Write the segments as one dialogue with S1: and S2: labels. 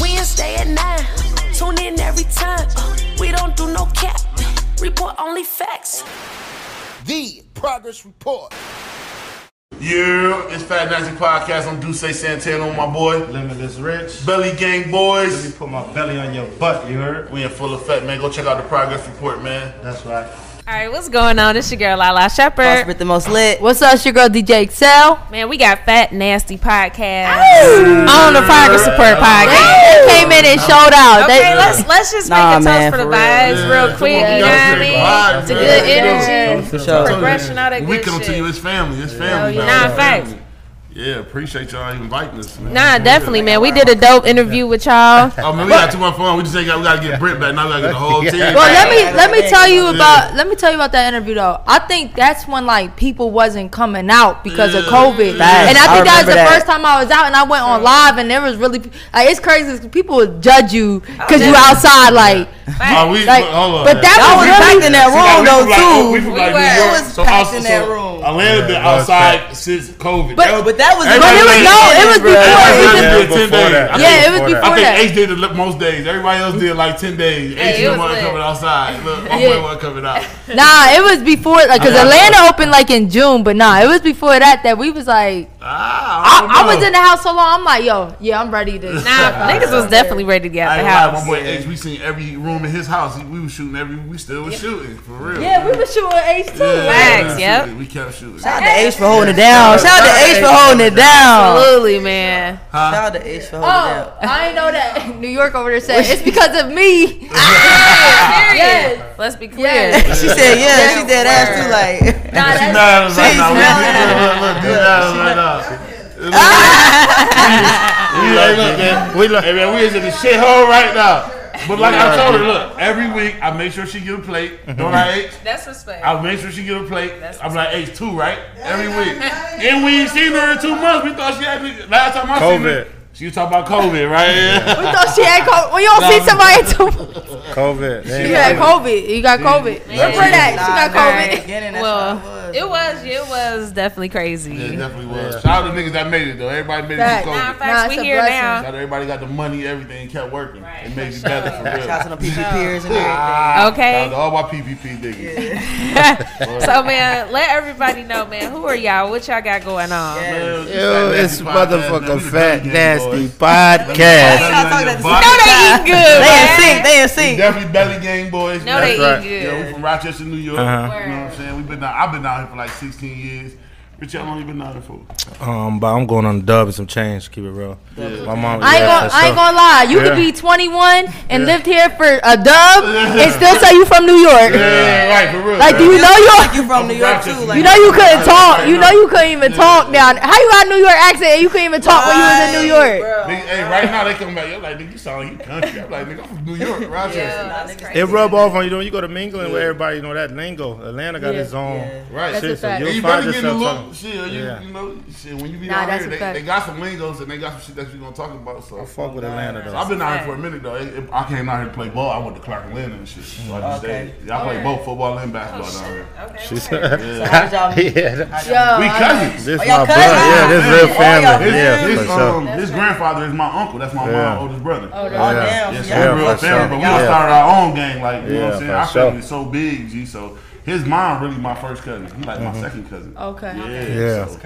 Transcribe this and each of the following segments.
S1: Wednesday at nine. Tune in every time. We don't do no cap. Report only facts.
S2: The Progress Report.
S3: Yeah, it's Fat Nazi Podcast. I'm Duce Santana, my boy.
S4: Limitless Rich.
S3: Belly Gang
S4: Let me
S3: Boys.
S4: put my belly on your butt, you heard?
S3: We in full effect, man. Go check out the progress report, man.
S4: That's right.
S5: All right, what's going on? It's your girl Lala Shepherd.
S6: With the most lit.
S1: What's up, it's your girl DJ Excel?
S5: Man, we got fat nasty podcast on the progress support podcast.
S1: Um, Came in and showed out.
S5: Okay, let's let's just
S6: Nah,
S5: make a toast
S6: man,
S5: for the
S6: for
S5: vibes real
S3: Yeah,
S5: quick.
S3: come
S5: You know
S3: on, we
S5: what
S3: gotta
S5: I
S3: stay
S5: mean?
S3: alive,
S5: It's a
S3: man.
S5: good
S3: Yeah,
S5: energy,
S6: For sure.
S5: progression, all that
S3: When we
S5: good
S3: come to
S5: shit.
S3: you, it's family. It's family.
S5: Yo,
S3: man.
S5: nah,
S3: It's
S5: facts.
S3: family. Yeah, appreciate y'all inviting us. Man.
S5: Nah, definitely, man. We did a dope interview with y'all.
S3: Oh man, we got too much fun. We just ain't got. We gotta get Brent back. Now we gotta get the whole team.
S1: Well, let
S3: back.
S1: me let me tell you about let me tell you about that interview though. I think that's when like people wasn't coming out because of COVID,
S6: Facts.
S1: and I
S6: I
S1: think that was the
S6: remember that.
S1: first time I was out and I went on live and there was really like it's crazy 'cause people would judge you because you
S5: yeah.
S1: outside like,
S3: Oh, we,
S1: like
S3: hold on.
S1: but that was
S6: Y'all was
S1: really
S6: packed in that room though too.
S3: We from
S5: We
S3: like New
S5: were.
S3: York.
S6: It was packed in that room.
S3: Atlanta been outside since COVID.
S1: But-
S6: but that was.
S3: Everybody
S1: But it was- no, it was
S6: bro.
S1: before.
S3: Everybody
S1: Yeah,
S3: did 10 days.
S1: Yeah,
S3: I think-
S1: it was before
S3: I
S1: that.
S3: think H did the most days. Everybody else did like ten days.
S5: Hey,
S3: H
S5: it
S3: didn't
S5: was
S3: want
S5: lit.
S3: coming outside. Look, my boy
S1: Yeah.
S3: wasn't coming out.
S1: nah, it was before like because
S3: Yeah.
S1: Atlanta opened like in June, but nah, it was before that that we was like
S3: Ah,
S1: I, I was in the house so long I'm like yo yeah I'm ready to
S5: Nah, niggas was definitely ready to get out
S3: I
S5: the
S3: ain't lie, my
S5: house.
S3: boy H. We seen every room in his house. We was shooting every. We still was shooting for real.
S1: yeah we were shooting H two
S5: Facts,
S3: we
S5: yep.
S3: shooting. We kept shooting.
S6: Shout out to H for holding it down. Shout out to H for holding it down.
S5: Absolutely, man.
S6: Shout out to H for holding it
S1: oh
S6: down.
S1: I ain't know that New York over there said it's because of me
S5: Period. Let's be clear.
S1: Yes.
S6: She said, yeah, she did ass too. Like,
S1: Nah,
S3: She
S1: that's-
S3: mad at us right
S6: She's
S3: now. Look,
S6: mad at
S3: look, look, look, look, look, look, look, look,
S1: Ah!
S3: look, look, man. We look, hey, man, we is in the shithole right now. But like Mm-hmm. I told her, look, every week I make sure she get a plate. Don't I, H?
S5: That's respect.
S3: I make sure she get a plate. I'm like H two, right? Every week. And we ain't seen her in two months. We thought she had me. Last time I seen her,
S4: COVID.
S3: she was talking about COVID, right?
S1: we thought she had COVID when you don't see somebody too much
S4: COVID. man.
S1: you had COVID you got COVID remember that she got COVID
S5: well, it was, it was definitely crazy.
S3: It definitely was. Shout out to niggas that made it though. Everybody made it
S1: Facts.
S3: through
S5: Nah,
S3: COVID.
S5: facts,
S1: Nah, it's
S5: we
S1: a
S5: here
S1: blessing.
S5: now.
S3: Shout out everybody got the money, everything, kept working. It made you better for real.
S6: Shout out to them people peers and everything.
S3: Shout out
S5: Okay.
S3: to all my PPP niggas.
S5: So man, let everybody know, man. Who are y'all? What y'all got going on?
S3: Man,
S4: Yo,
S3: this
S4: it's
S3: Fat Nasty podcast, man.
S4: motherfucker
S3: We the
S6: Y'all talking at
S4: Fat Nasty Podcast.
S3: Gang Boys.
S6: the
S3: Body-
S6: same time.
S5: They eating good.
S6: They in
S5: man.
S6: sync. They in sync.
S3: Definitely belly gang boys.
S5: No, they
S4: That's
S5: eating
S3: Yeah, we
S5: good.
S3: from Rochester, New York. You know what I'm saying? We've been out, I've been out here for like 16 years. Rich, how long you been out here for?
S4: Um, but I'm going on the dub and some change. Keep it real. My mom.
S1: I ain't, gonna, I ain't gonna lie. You could be
S4: Yeah.
S1: 21 and lived here for a dub and still say you from New York.
S3: Yeah, right, for real.
S1: Like, do you know
S6: Like
S1: you?
S6: you from New York too. Like,
S1: You know you couldn't talk. You know you couldn't even talk down. How you got a New York accent and you couldn't even talk when you was in New York?
S3: Nigga, hey, right now they come back. You're like, nigga, you sound like you country. I'm like, nigga, I'm from New York, Rochester.
S4: It rub off on you. know, When you go to mingling where everybody you know that lingo. Atlanta got its own.
S3: Right.
S1: That's a
S3: shit, so
S1: fact.
S3: you
S4: You'll
S3: better
S4: find
S3: get a
S4: yourself
S3: look.
S4: talking.
S3: Shit, you,
S4: Yeah.
S3: you know, shit, when you be
S1: Nah,
S3: out
S1: that's
S3: here,
S1: a
S3: they,
S1: fact.
S3: they got some lingos and they got some shit that we're gonna talk about. So
S4: I fuck with Atlanta
S3: So
S4: though.
S3: I've been out here for a minute though. It- it- I came out here to play ball. I went to Clark Lynn and shit. So I just
S6: Okay.
S3: stayed. I play both football and basketball down here.
S6: How's y'all meet?
S4: yeah, that-
S1: Yo,
S3: We cousins.
S4: this
S6: Oh,
S4: my
S6: y'all
S4: blood.
S6: cousins?
S4: Yeah, this
S6: Oh,
S4: real
S6: y'all
S4: family.
S3: His,
S4: Yeah,
S3: his,
S4: for
S3: um,
S4: sure.
S3: his grandfather is my uncle. That's my
S4: Yeah.
S3: mom's oldest brother.
S6: Oh,
S4: Yeah.
S6: damn.
S3: Yes,
S6: so y'all
S3: we're real
S6: for sure.
S3: family, but we done
S4: Yeah.
S3: started our own gang. Like you know what I'm
S4: Yeah,
S3: saying?
S4: for
S3: Our
S4: sure.
S3: family's so big, G. So His mom really my first cousin. He like my
S4: Mhm.
S3: second cousin.
S5: Okay.
S3: Yeah.
S4: Yeah,
S3: so-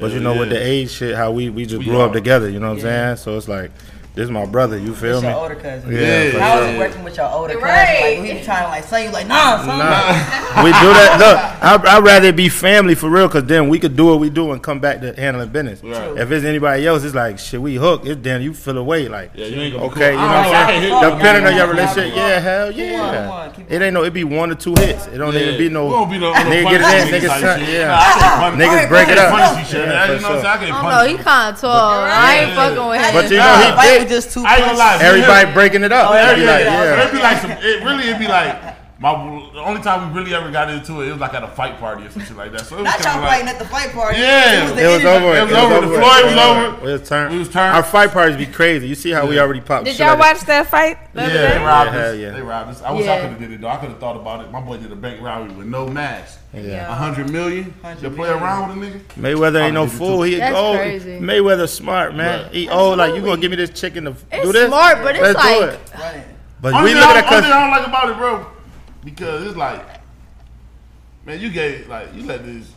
S4: But you know, with the
S3: Yeah.
S4: age shit, how we we just
S3: We
S4: grew
S3: are.
S4: up together. You know what
S3: Yeah.
S4: I'm saying? So it's like, this is my brother. You feel
S6: It's
S4: me?
S6: your older cousin.
S4: Yeah. for
S6: How is
S4: sure.
S6: it working with your older cousin?
S5: Right.
S6: Like, we be trying to like say you like, nah, son.
S4: Nah. we do that. Look, I, I'd rather it be family for real, cause then we could do what we do and come back to handling business.
S3: Right.
S4: If it's anybody else, it's like shit. We hooked. It's damn. You feel away like.
S3: Yeah, you ain't gonna be
S4: okay,
S3: cool.
S4: you know
S3: I
S4: what
S3: don't
S4: I'm
S3: like it.
S4: saying. Depending on your
S3: Yeah.
S4: relationship, yeah, hell
S3: Keep
S4: yeah.
S3: going, come on,
S4: it ain't no. It be one or two hits. It don't
S3: Yeah.
S4: even be no.
S3: We don't be no- no
S4: nigga
S3: punch
S4: get it
S3: each
S4: in,
S3: other
S4: niggas
S3: type
S4: son-
S3: shit.
S4: Yeah,
S3: Nah, I can't punch- I
S4: niggas
S3: can't
S4: break it up.
S3: punch each other. You know what I'm saying? I can't
S4: for
S6: Oh,
S3: punch
S4: sure.
S1: he kind of tall. I ain't fucking with him.
S4: But you know he did.
S6: just
S4: two
S3: I ain't gonna lie. me and
S4: Everybody
S3: him-
S4: breaking it up.
S3: Oh, yeah,
S4: It'd be
S3: yeah,
S4: like,
S3: yeah.
S4: yeah.
S3: It'd be like some. It really, it'd be like. My, the only time we really ever got into it, it was like at a fight party or some shit like that. So it was
S6: Not
S3: kinda
S6: y'all
S3: like,
S6: fighting at the fight party.
S3: Yeah.
S6: It was,
S4: It was over.
S3: It was over. The floor was over.
S4: It was turned. Our fight parties be crazy. You see how we already popped.
S5: Did
S4: shit
S5: y'all
S4: out of-
S5: watch that fight? the other
S3: Yeah,
S5: day?
S3: they robbed us.
S4: Yeah, yeah.
S3: They robbed us. I wish I
S5: Yeah.
S3: could have did it though. I could have thought about it. My boy did a bank robbery with no match.
S4: Yeah.
S3: A hundred million to play around with a nigga.
S4: Mayweather ain't no fool. He
S1: That's
S4: old.
S1: crazy.
S4: Mayweather smart man. He old. Like you gonna give me this chicken to
S1: It's
S4: do this?
S1: smart, but it's
S4: Let's do
S1: like-
S4: it.
S6: Right.
S4: But
S3: Only
S4: we
S3: thing
S4: look
S3: I-
S4: at
S3: only thing
S4: cousin.
S3: I don't like about it, bro, because it's like, man, you gave like you let this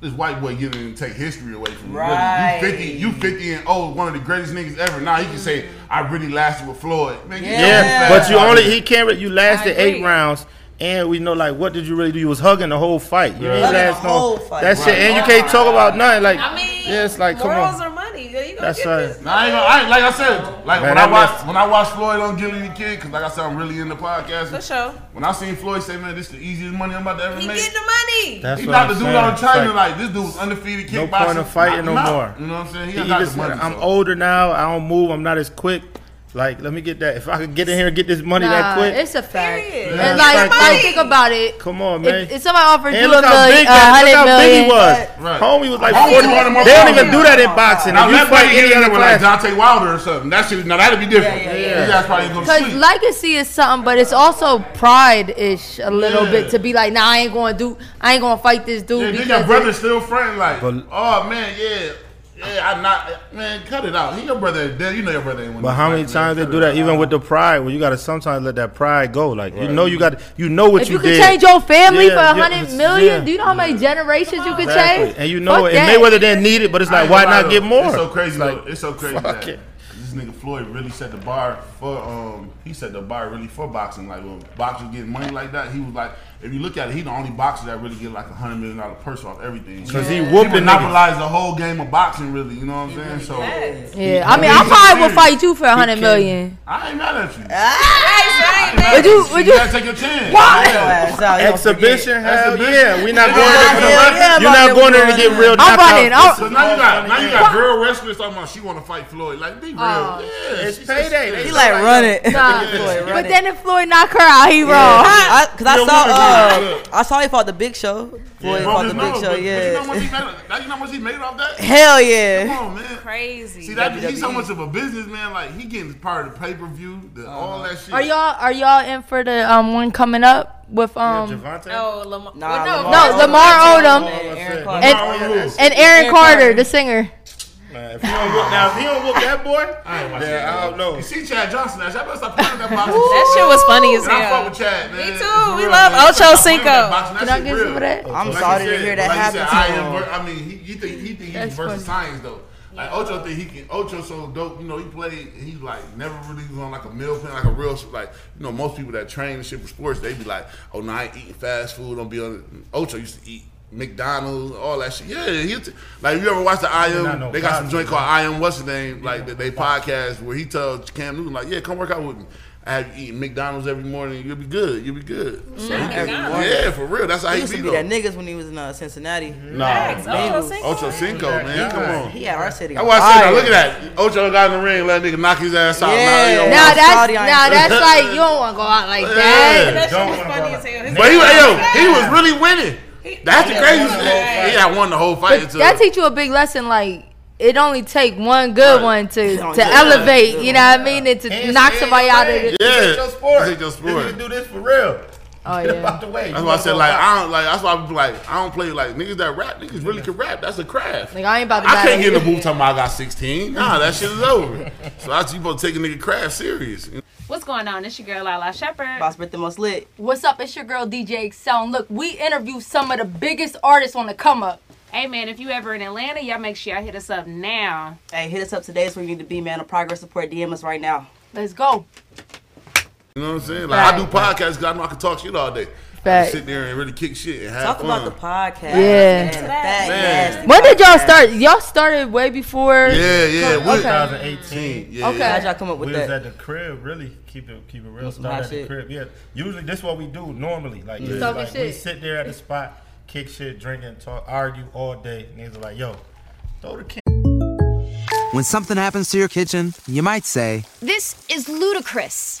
S3: this white boy get in and take history away from you. Really,
S6: Right.
S3: You fifty, you fifty and old, one of the greatest niggas ever. Now he can say I really lasted with Floyd. Man, get
S4: Yeah,
S3: your ass
S4: but you
S3: out
S4: only
S3: here.
S4: he can't. re- You lasted
S3: I agree.
S4: eight rounds. And we know like what did you really do? You was hugging the whole fight. You
S3: Yeah.
S4: didn't
S3: Hugging the
S4: last no-
S3: whole fight.
S4: That shit,
S3: Right.
S4: and you can't talk about nothing. Like,
S5: I mean,
S4: yeah, it's like come
S5: morals
S4: on.
S5: or money. Yeah, you gonna
S4: That's
S5: get
S4: right.
S5: this.
S3: Nah, I ain't gonna, I ain't, like I said, like
S4: Man,
S3: when
S4: I
S3: I, watched when I watched Floyd on Gilly the Kid, because like I said, I'm really in the podcast.
S5: For sure.
S3: When I seen Floyd say, "Man, this is the easiest money I'm about to ever
S5: He
S3: make,"
S5: getting the money.
S4: That's
S3: he
S4: what I'm
S3: knocked the dude
S4: saying.
S3: out of China.
S4: It's
S3: Like, this dude was undefeated
S4: no
S3: kickboxing.
S4: point of fighting no
S3: Knocked him
S4: more.
S3: out. You know what I'm saying? He,
S4: He
S3: done got
S4: just
S3: the money.
S4: said, I'm
S3: so.
S4: older now. I don't move. I'm not as quick. Like, let me get that. If I could get in here and get this money that
S1: Nah,
S4: quick,
S1: It's a fact.
S4: Yeah.
S1: And like,
S4: Like,
S1: like, think about it.
S4: Come on, man.
S1: If, if somebody offered
S4: And
S1: you a
S4: look how
S1: million, a
S4: big that, look
S1: hundred
S4: how big
S1: million,
S4: he was.
S3: Right.
S4: Homie was like
S3: Homie
S4: 40.
S3: wanted more
S4: They don't even
S3: pounds.
S4: do that in boxing.
S3: Now
S4: If you
S3: let's
S4: fight
S3: fight
S4: any
S3: any
S4: other
S3: other one like
S4: class,
S3: Dante Wilder or something. That shit, now that'd be different.
S6: Yeah,
S3: Yeah,
S6: yeah, yeah.
S3: You guys probably ain't gonna
S1: Cause
S3: sleep.
S1: legacy is something, but it's also pride ish a little
S3: Yeah.
S1: bit to be like, nah, I ain't going to do, I ain't going to fight this dude
S3: Yeah, then your
S1: because
S3: brother's still friend. Like, oh man, yeah, yeah, I not man, cut it out. He your brother is dead. You know your brother ain't.
S4: But how many times they do that? Even with the pride, where you gotta sometimes let that pride go. Like you know, you got you know what
S1: if
S4: you
S1: you could
S4: did.
S1: change your family
S4: Yeah,
S1: for
S4: yeah,
S1: a hundred
S4: yeah.
S1: million, do you know how many generations you could
S4: Exactly.
S1: change?
S4: And you know
S1: Fuck
S4: it.
S1: that.
S4: And Mayweather didn't need it, but it's
S3: I
S4: like,
S3: ain't
S4: why
S3: gonna lie,
S4: not get
S3: though.
S4: more?
S3: It's so crazy. though. It's so crazy
S4: fuck
S3: that
S4: it.
S3: this nigga Floyd really set the bar for um he set the bar really for boxing. Like when boxers get money like that, he was like if you look at it, he the only boxer that really get like a hundred million dollar purse off everything.
S4: 'Cause he whooping
S3: he monopolized the whole game of boxing really, you know what I'm saying? So
S1: Yeah, I mean, I probably would fight you for a hundred million.
S3: I ain't mad at you.
S1: Would you? Would you?
S3: gotta take your chance.
S1: Why?
S4: Exhibition, hell yeah. We're not
S3: Yeah,
S4: going there. for the
S3: hell
S4: money.
S3: yeah,
S4: You're not going there to get real. knockouts.
S3: So now you got now you got girl wrestlers talking about she want to fight Floyd. Like be real.
S1: Oh.
S3: yeah,
S4: It's
S3: she-
S4: payday.
S3: she-
S4: They
S6: like, run it.
S1: Nah.
S6: Floyd, run
S1: But
S6: it.
S1: then if Floyd knock her out, he wrong.
S6: Yeah. Because I,
S3: Real women do
S6: saw,
S3: that.
S6: uh, I saw he fought the Big Show. Floyd
S3: Bro,
S6: fought the
S3: just know,
S6: Big Show.
S3: but- but You know,
S6: Yeah.
S3: what he made, now you know how much he made off that?
S6: Hell yeah.
S3: Come on, man.
S5: Crazy.
S3: See that he's so
S6: WWE.
S3: much of a businessman, like he getting part of the pay per view, the all that shit.
S1: Are y'all are y'all in for the um one coming up with um
S5: Oh, Lamar.
S6: Nah,
S5: well, no,
S1: no Lamar Odom
S6: Aaron Carter.
S1: and and Aaron Carter the singer?
S4: Man, if he don't whoop now, if he don't whoop that boy,
S3: I ain't watching
S4: yeah,
S3: that.
S4: I don't know.
S3: You see Chad Johnson? I better stop playing with that boxing.
S5: That shit was funny as
S3: And I fuck
S5: hell.
S3: with Chad, man.
S5: Me
S3: It's
S5: too. We
S3: real,
S5: love
S3: man.
S5: Ocho
S3: I fuck with
S5: Cinco.
S3: that boxing. That
S1: Can I
S3: shit
S1: get some
S3: real.
S1: of that?
S6: I'm
S3: Like you
S6: sorry to
S3: said,
S6: hear that
S3: like you
S6: happen
S3: said,
S6: to
S3: I am
S6: him.
S3: ver- I mean, he, he think he think
S1: That's
S3: he's versus science though. Like Ocho think he can. Ocho so dope. You know, he played. He like never really was on like a meal plan, like a real like. You know, most people that train and shit for sports, they be like, oh, no, I ain't eating fast food. Don't be on. Ocho used to eat. McDonald's, all that shit. Yeah, he t- like you ever watch the I
S4: They're not no
S3: Am? They got some
S4: cops,
S3: joint called I Am. What's the name? Like that they podcast where he tells Cam Newton like, yeah, come work out with me. I have you eating McDonald's every morning. You'll be good. You'll be good. So he think- yeah, for real. That's how
S6: Mm-hmm. He
S3: he,
S6: used to
S3: be
S6: be
S3: though.
S6: that niggas when he was in uh, Cincinnati.
S3: Nah,
S5: Ocho
S6: Bengals.
S5: Cinco.
S3: Ocho Cinco, man. Come on.
S6: He had our city.
S3: That's why I said,
S6: on
S3: now, look
S6: fire.
S3: at that. Ocho got in the ring, let that nigga knock his ass out. Now he
S6: Yeah.
S3: don't
S1: Now
S6: Nah,
S3: want-
S1: that's
S6: sorry, I
S1: now
S6: ain't-
S1: that's like you don't want to go out like
S3: Yeah.
S1: that.
S5: That shit
S4: Don't
S5: was
S4: wanna
S5: funny
S4: go
S5: as hell. His
S3: but he,
S5: name-
S3: yo, he was really winning. That's the craziest
S4: Yeah.
S3: thing. Yeah, I won the whole fight.
S1: But
S3: too.
S1: that teach you a big lesson. Like it only take one good
S3: Right.
S1: one to
S6: don't
S1: to
S6: take
S1: elevate. You know what I mean? And to
S4: Hands
S1: knock
S4: in
S1: somebody
S4: your
S1: out of
S4: face.
S1: it.
S3: Yeah.
S4: This ain't your sport.
S3: This ain't your sport.
S4: You can do this for real.
S1: Oh
S4: Get up out
S1: yeah.
S4: the way.
S3: that's
S4: You
S3: why I
S4: wanna
S3: said
S4: go
S3: like
S4: out.
S3: I don't like. That's why I be like I don't play like niggas that rap. Niggas really can rap. That's a craft.
S1: Like I ain't about to.
S3: I
S1: battle
S3: can't get in
S1: you.
S3: the booth talking about I got 16. Nah, that shit is over. So I you supposed to take a nigga craft serious.
S5: What's going on? It's your girl Lala Shepherd.
S6: Boss Brit the most lit.
S7: What's up? It's your girl DJ Excel. And look, we interview some of the biggest artists on the come up.
S5: Hey man, if you ever in Atlanta, y'all make sure y'all hit us up now.
S6: Hey, hit us up today. It's where you need to be, man. A progress support. DM us right now.
S7: Let's go.
S3: You know what I'm saying? Like I do podcasts because I know I can talk shit all day. I
S1: Fact.
S3: can sit there and really kick shit and have
S6: Talk
S3: fun.
S6: about the podcast.
S1: Yeah.
S6: man. The fat, nasty
S1: When did y'all
S6: podcast.
S1: start? Y'all started way before.
S3: Yeah, yeah,
S1: Okay.
S3: we-
S8: 2018.
S1: yeah, Okay. yeah. How'd y'all come up with
S8: we
S1: that?
S8: was at the crib, really. Keep it, keep it real.
S1: With some
S8: Start
S1: hot
S8: at the
S1: shit.
S8: crib. Yeah. Usually, this is what we do normally. Like,
S1: Yeah.
S8: it's
S1: Talking
S8: like we
S1: shit.
S8: sit there at the spot, kick shit, drink and talk, argue all day. And niggas are like, yo, throw the can.
S9: When something happens to your kitchen, you might say,
S10: This is ludicrous.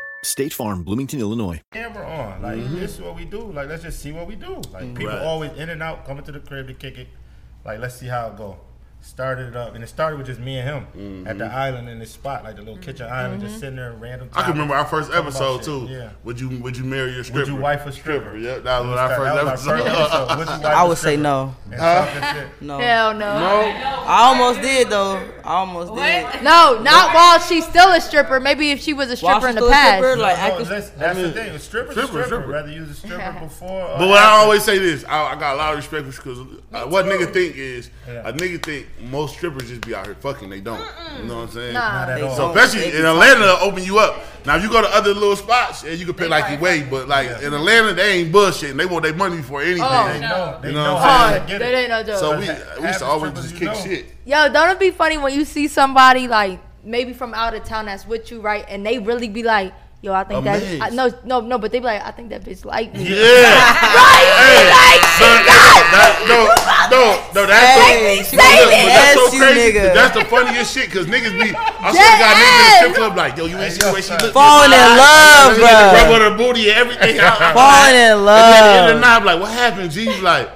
S11: State Farm, Bloomington, Illinois.
S8: Camera on. Like,
S3: Mm-hmm.
S8: this is what we do. Like, let's just see what we do. Like, people
S11: Right.
S8: always in and out, coming to the crib to kick it. Like, let's see how it go. Started it up, and it started with just me and him
S3: Mm-hmm.
S8: at the island in this spot, like the little kitchen island, just sitting there, random.
S3: I can
S8: topics,
S3: remember our first
S8: talking about
S3: episode
S8: shit.
S3: too.
S8: Yeah.
S3: Would you Would you marry your stripper?
S8: Would you wife a stripper?
S3: Yeah, that was our first
S8: That was our
S3: episode.
S8: first episode. Would you wife
S6: I
S8: a
S6: would say
S8: stripper?
S6: no.
S8: And talking shit.
S6: No.
S1: Hell no.
S6: I almost did though. I almost did.
S1: No, not while she's still a stripper. Maybe if she was a
S6: While
S1: stripper in the
S6: she's still a
S1: past.
S6: stripper, like,
S8: No,
S6: actors-
S8: that's, that's
S3: I
S8: the
S3: mean,
S8: thing. A stripper,
S3: stripper,
S8: stripper,
S3: stripper.
S8: Rather use a stripper before.
S3: But what I always say this, I, I got a lot of respect because uh, what nigga think is a nigga think most strippers just be out here fucking. They don't. You know what I'm saying?
S1: Nah. Not at
S3: So
S1: all.
S3: especially
S1: They
S3: in
S1: be
S3: Atlanta, they'll open you up. Now if you go to other little spots, yeah, you can pay like you wait, but like in Atlanta, they ain't bullshitting. They want their money before anything.
S1: Oh, They
S8: no. know. They
S3: You
S8: know
S3: know what
S1: how
S3: I'm
S1: to
S3: saying?
S1: get it. They ain't no joke.
S3: So we
S8: Half
S3: we used
S8: the
S3: to always
S8: strippers
S3: just
S8: you
S3: kick
S8: know.
S3: shit.
S1: Yo, don't it be funny when you see somebody like maybe from out of town that's with you, right? And they really be like, "Yo, I think that I,
S3: Amazed.
S1: no, no, no," but they be like, "I think that bitch like me."
S3: Yeah. Hey, son, that- no, no, no, that's
S6: Hey,
S3: the,
S6: she
S3: but
S6: was
S3: look, but that's so
S6: nasty,
S3: crazy.
S6: nigga.
S3: That's the funniest shit because niggas be. I swear to God, niggas in the strip club like, yo, you ain't see the way she look.
S6: Falling in love, bruh.
S3: Rub her booty and everything. out.
S6: Falling in
S3: And then at the end of
S6: love.
S3: the night, I'm like, what happened? G She like,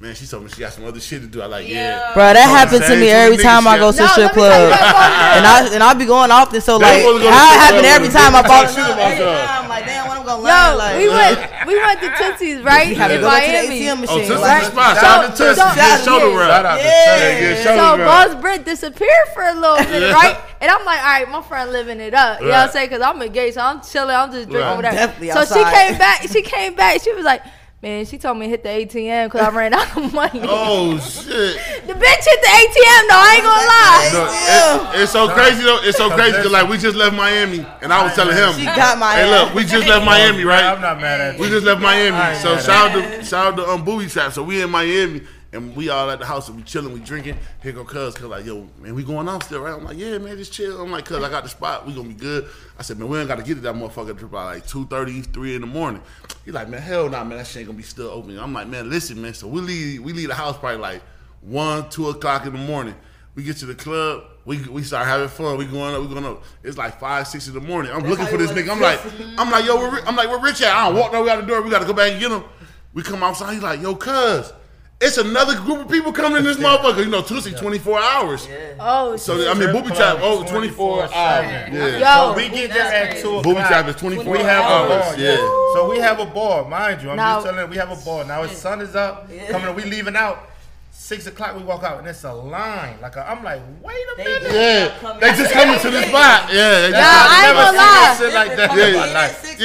S3: man, she told me she got some other shit to do. I like, yeah.
S6: Bro, that
S3: Fucking
S6: happens to
S3: same
S6: me
S3: two
S6: every
S3: niggas
S6: time I
S3: shit.
S6: go to strip club, and I and I be going often. So
S3: That's
S6: like,
S3: what we gonna
S6: how
S3: do,
S6: it happen
S3: bro.
S6: every time I fall in
S3: Shit
S6: love?
S3: about
S6: Every
S3: that.
S6: time, like, damn, what I'm gonna learn?
S1: Yo,
S6: Like,
S1: we went, we went to Tootsie's, right?
S6: You have to
S1: In
S6: go back to the
S1: Miami.
S6: ATM
S3: Oh,
S6: machine.
S3: Tootsie's
S6: like,
S3: the spot. Shout out to
S1: So-
S3: Tootsie's. Get
S6: so-
S3: shoulder
S8: Shout
S3: rub.
S8: out to
S6: Yeah.
S8: Tay.
S3: Get
S1: So
S3: shoulder rub.
S1: Boss Britt disappeared for a little minute,
S3: Yeah.
S1: right? And I'm like, all right, my friend living it up. You know what I'm
S3: Right.
S1: saying? Because I'm engaged, so I'm chilling. I'm just drinking
S3: Right.
S1: whatever.
S6: Definitely
S1: so
S6: outside.
S1: she came back. She came back. She was like, man, she told me to hit the ATM because I ran out of money.
S3: Oh, shit.
S1: The bitch hit the ATM though. I ain't gonna lie.
S3: No, it- it's so crazy though. It's so crazy because like we just left Miami, and I was telling him,
S6: She got my
S3: Hey, look, we just left Miami,
S8: I'm
S3: right?
S8: not mad at
S3: We
S8: you.
S3: just left Miami.
S8: Alright,
S3: So
S8: yeah,
S3: shout out to shout out to um, Booby Trap. So we in Miami, and we all at the house, and we chilling, we drinking. Here go Cuz, Cuz like, yo, man, we going out still, right? I'm like, yeah, man, just chill. I'm like, Cuz, I got the spot. We gonna be good. I said, man, we ain't gotta get to that motherfucker till by like 2:30, 3 in the morning. He like, man, hell nah, man, that shit ain't gonna be still open. I'm like, man, listen, man. So we leave, we leave the house probably like one, two o'clock in the morning. We get to the club. We, we start having fun. We going up. We going up. It's like five, six in the morning. I'm looking for this nigga. I'm like, I'm like, yo, we're, I'm like, we're rich at. I don't walk no way out the door. We got to go back and get him. We come outside. He's like, yo, cuz, it's another group of people coming in this motherfucker. You know, Tuesday, 24 hours.
S1: Oh,
S3: So I mean, booby trap. Oh, 24 hours.
S8: Seven.
S3: Yeah.
S1: Yo.
S8: we get there at two o'clock.
S3: Booby trap is 24
S8: We have
S3: hours,
S8: a ball.
S3: yeah.
S8: Yeah. So we have a ball, mind you. I'm
S1: Now-
S8: just telling you, we have a ball. Oh, Now his sun is up. Coming, up, we leaving out. Six o'clock, we walk out, and it's a line. Like a, I'm like, wait a minute.
S3: Yeah, they just coming to the spot. Yeah, they just
S1: I ain't
S8: Never seen
S1: gonna lie.
S8: that Shit like that.
S3: Yeah.
S8: in my life.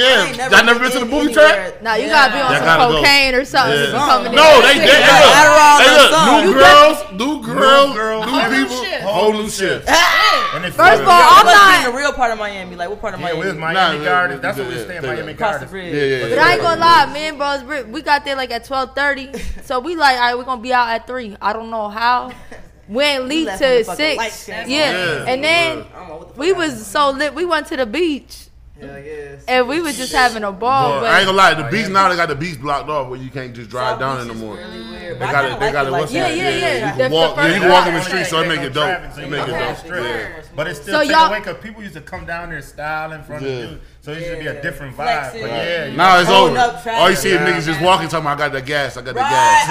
S3: Yeah, y'all never been to the booby trap?
S1: Now you gotta be on
S3: Y'all gotta
S1: some
S3: go.
S1: cocaine or something. to
S3: Yeah.
S1: come in
S3: No,
S1: there.
S3: they did.
S6: Yeah. Adderall
S3: Hey,
S6: and
S3: look,
S6: some.
S3: new
S6: You
S3: girls, new girls,
S8: girls,
S3: new
S8: whole new
S3: people,
S8: shit.
S3: whole new shit.
S8: And if-
S1: First of all,
S6: I'm
S1: I'm
S6: not in
S1: not.
S6: the real part of Miami. Like, what part of
S8: yeah, we was Miami
S6: Miami?
S3: Nah,
S8: Gardens.
S3: yeah,
S8: That's
S3: yeah,
S8: what we
S3: yeah,
S8: staying
S3: yeah.
S8: Miami
S6: Across the
S8: Gardens.
S6: bridge.
S3: Yeah, yeah,
S1: But I ain't gonna lie, me and bros, Brit, we got there like at twelve thirty, so we like, all right, we gonna be out at three. I don't know how. We ain't leave
S6: left when
S1: till
S6: the fucking
S1: six.
S6: lights came
S1: Yeah.
S6: on.
S3: Yeah.
S1: and then
S6: I don't know what the fuck
S1: we was so lit. We went to the beach.
S4: Hell yes.
S1: And we was just having a ball.
S3: Well,
S1: but
S3: I ain't gonna lie, the beach now they got the beach blocked off where you can't just drive down in the morning. They
S1: I
S3: got
S1: kinda
S3: it. They
S1: like
S3: got
S1: it
S3: it.
S1: like
S3: What's
S1: that.
S3: that?
S1: Yeah, yeah, yeah.
S3: You
S1: That's
S3: can
S1: the
S3: walk.
S1: first
S3: Yeah, you can walk in the
S1: time.
S3: street, so it make it dope.
S8: So
S3: It
S8: you
S3: make
S8: can go
S3: it dope.
S8: straight.
S3: Yeah.
S8: But it's
S1: So
S8: still taken
S1: y'all-
S8: away because people used to come down there style in front
S3: Yeah.
S8: of you. So it used to be a different vibe. But
S3: Right.
S8: yeah, you
S3: Now
S8: know,
S3: it's
S8: pulling
S3: over.
S8: up traffic.
S3: All you see is
S8: Yeah.
S3: niggas just walking, talking about, I got the gas, I got the gas.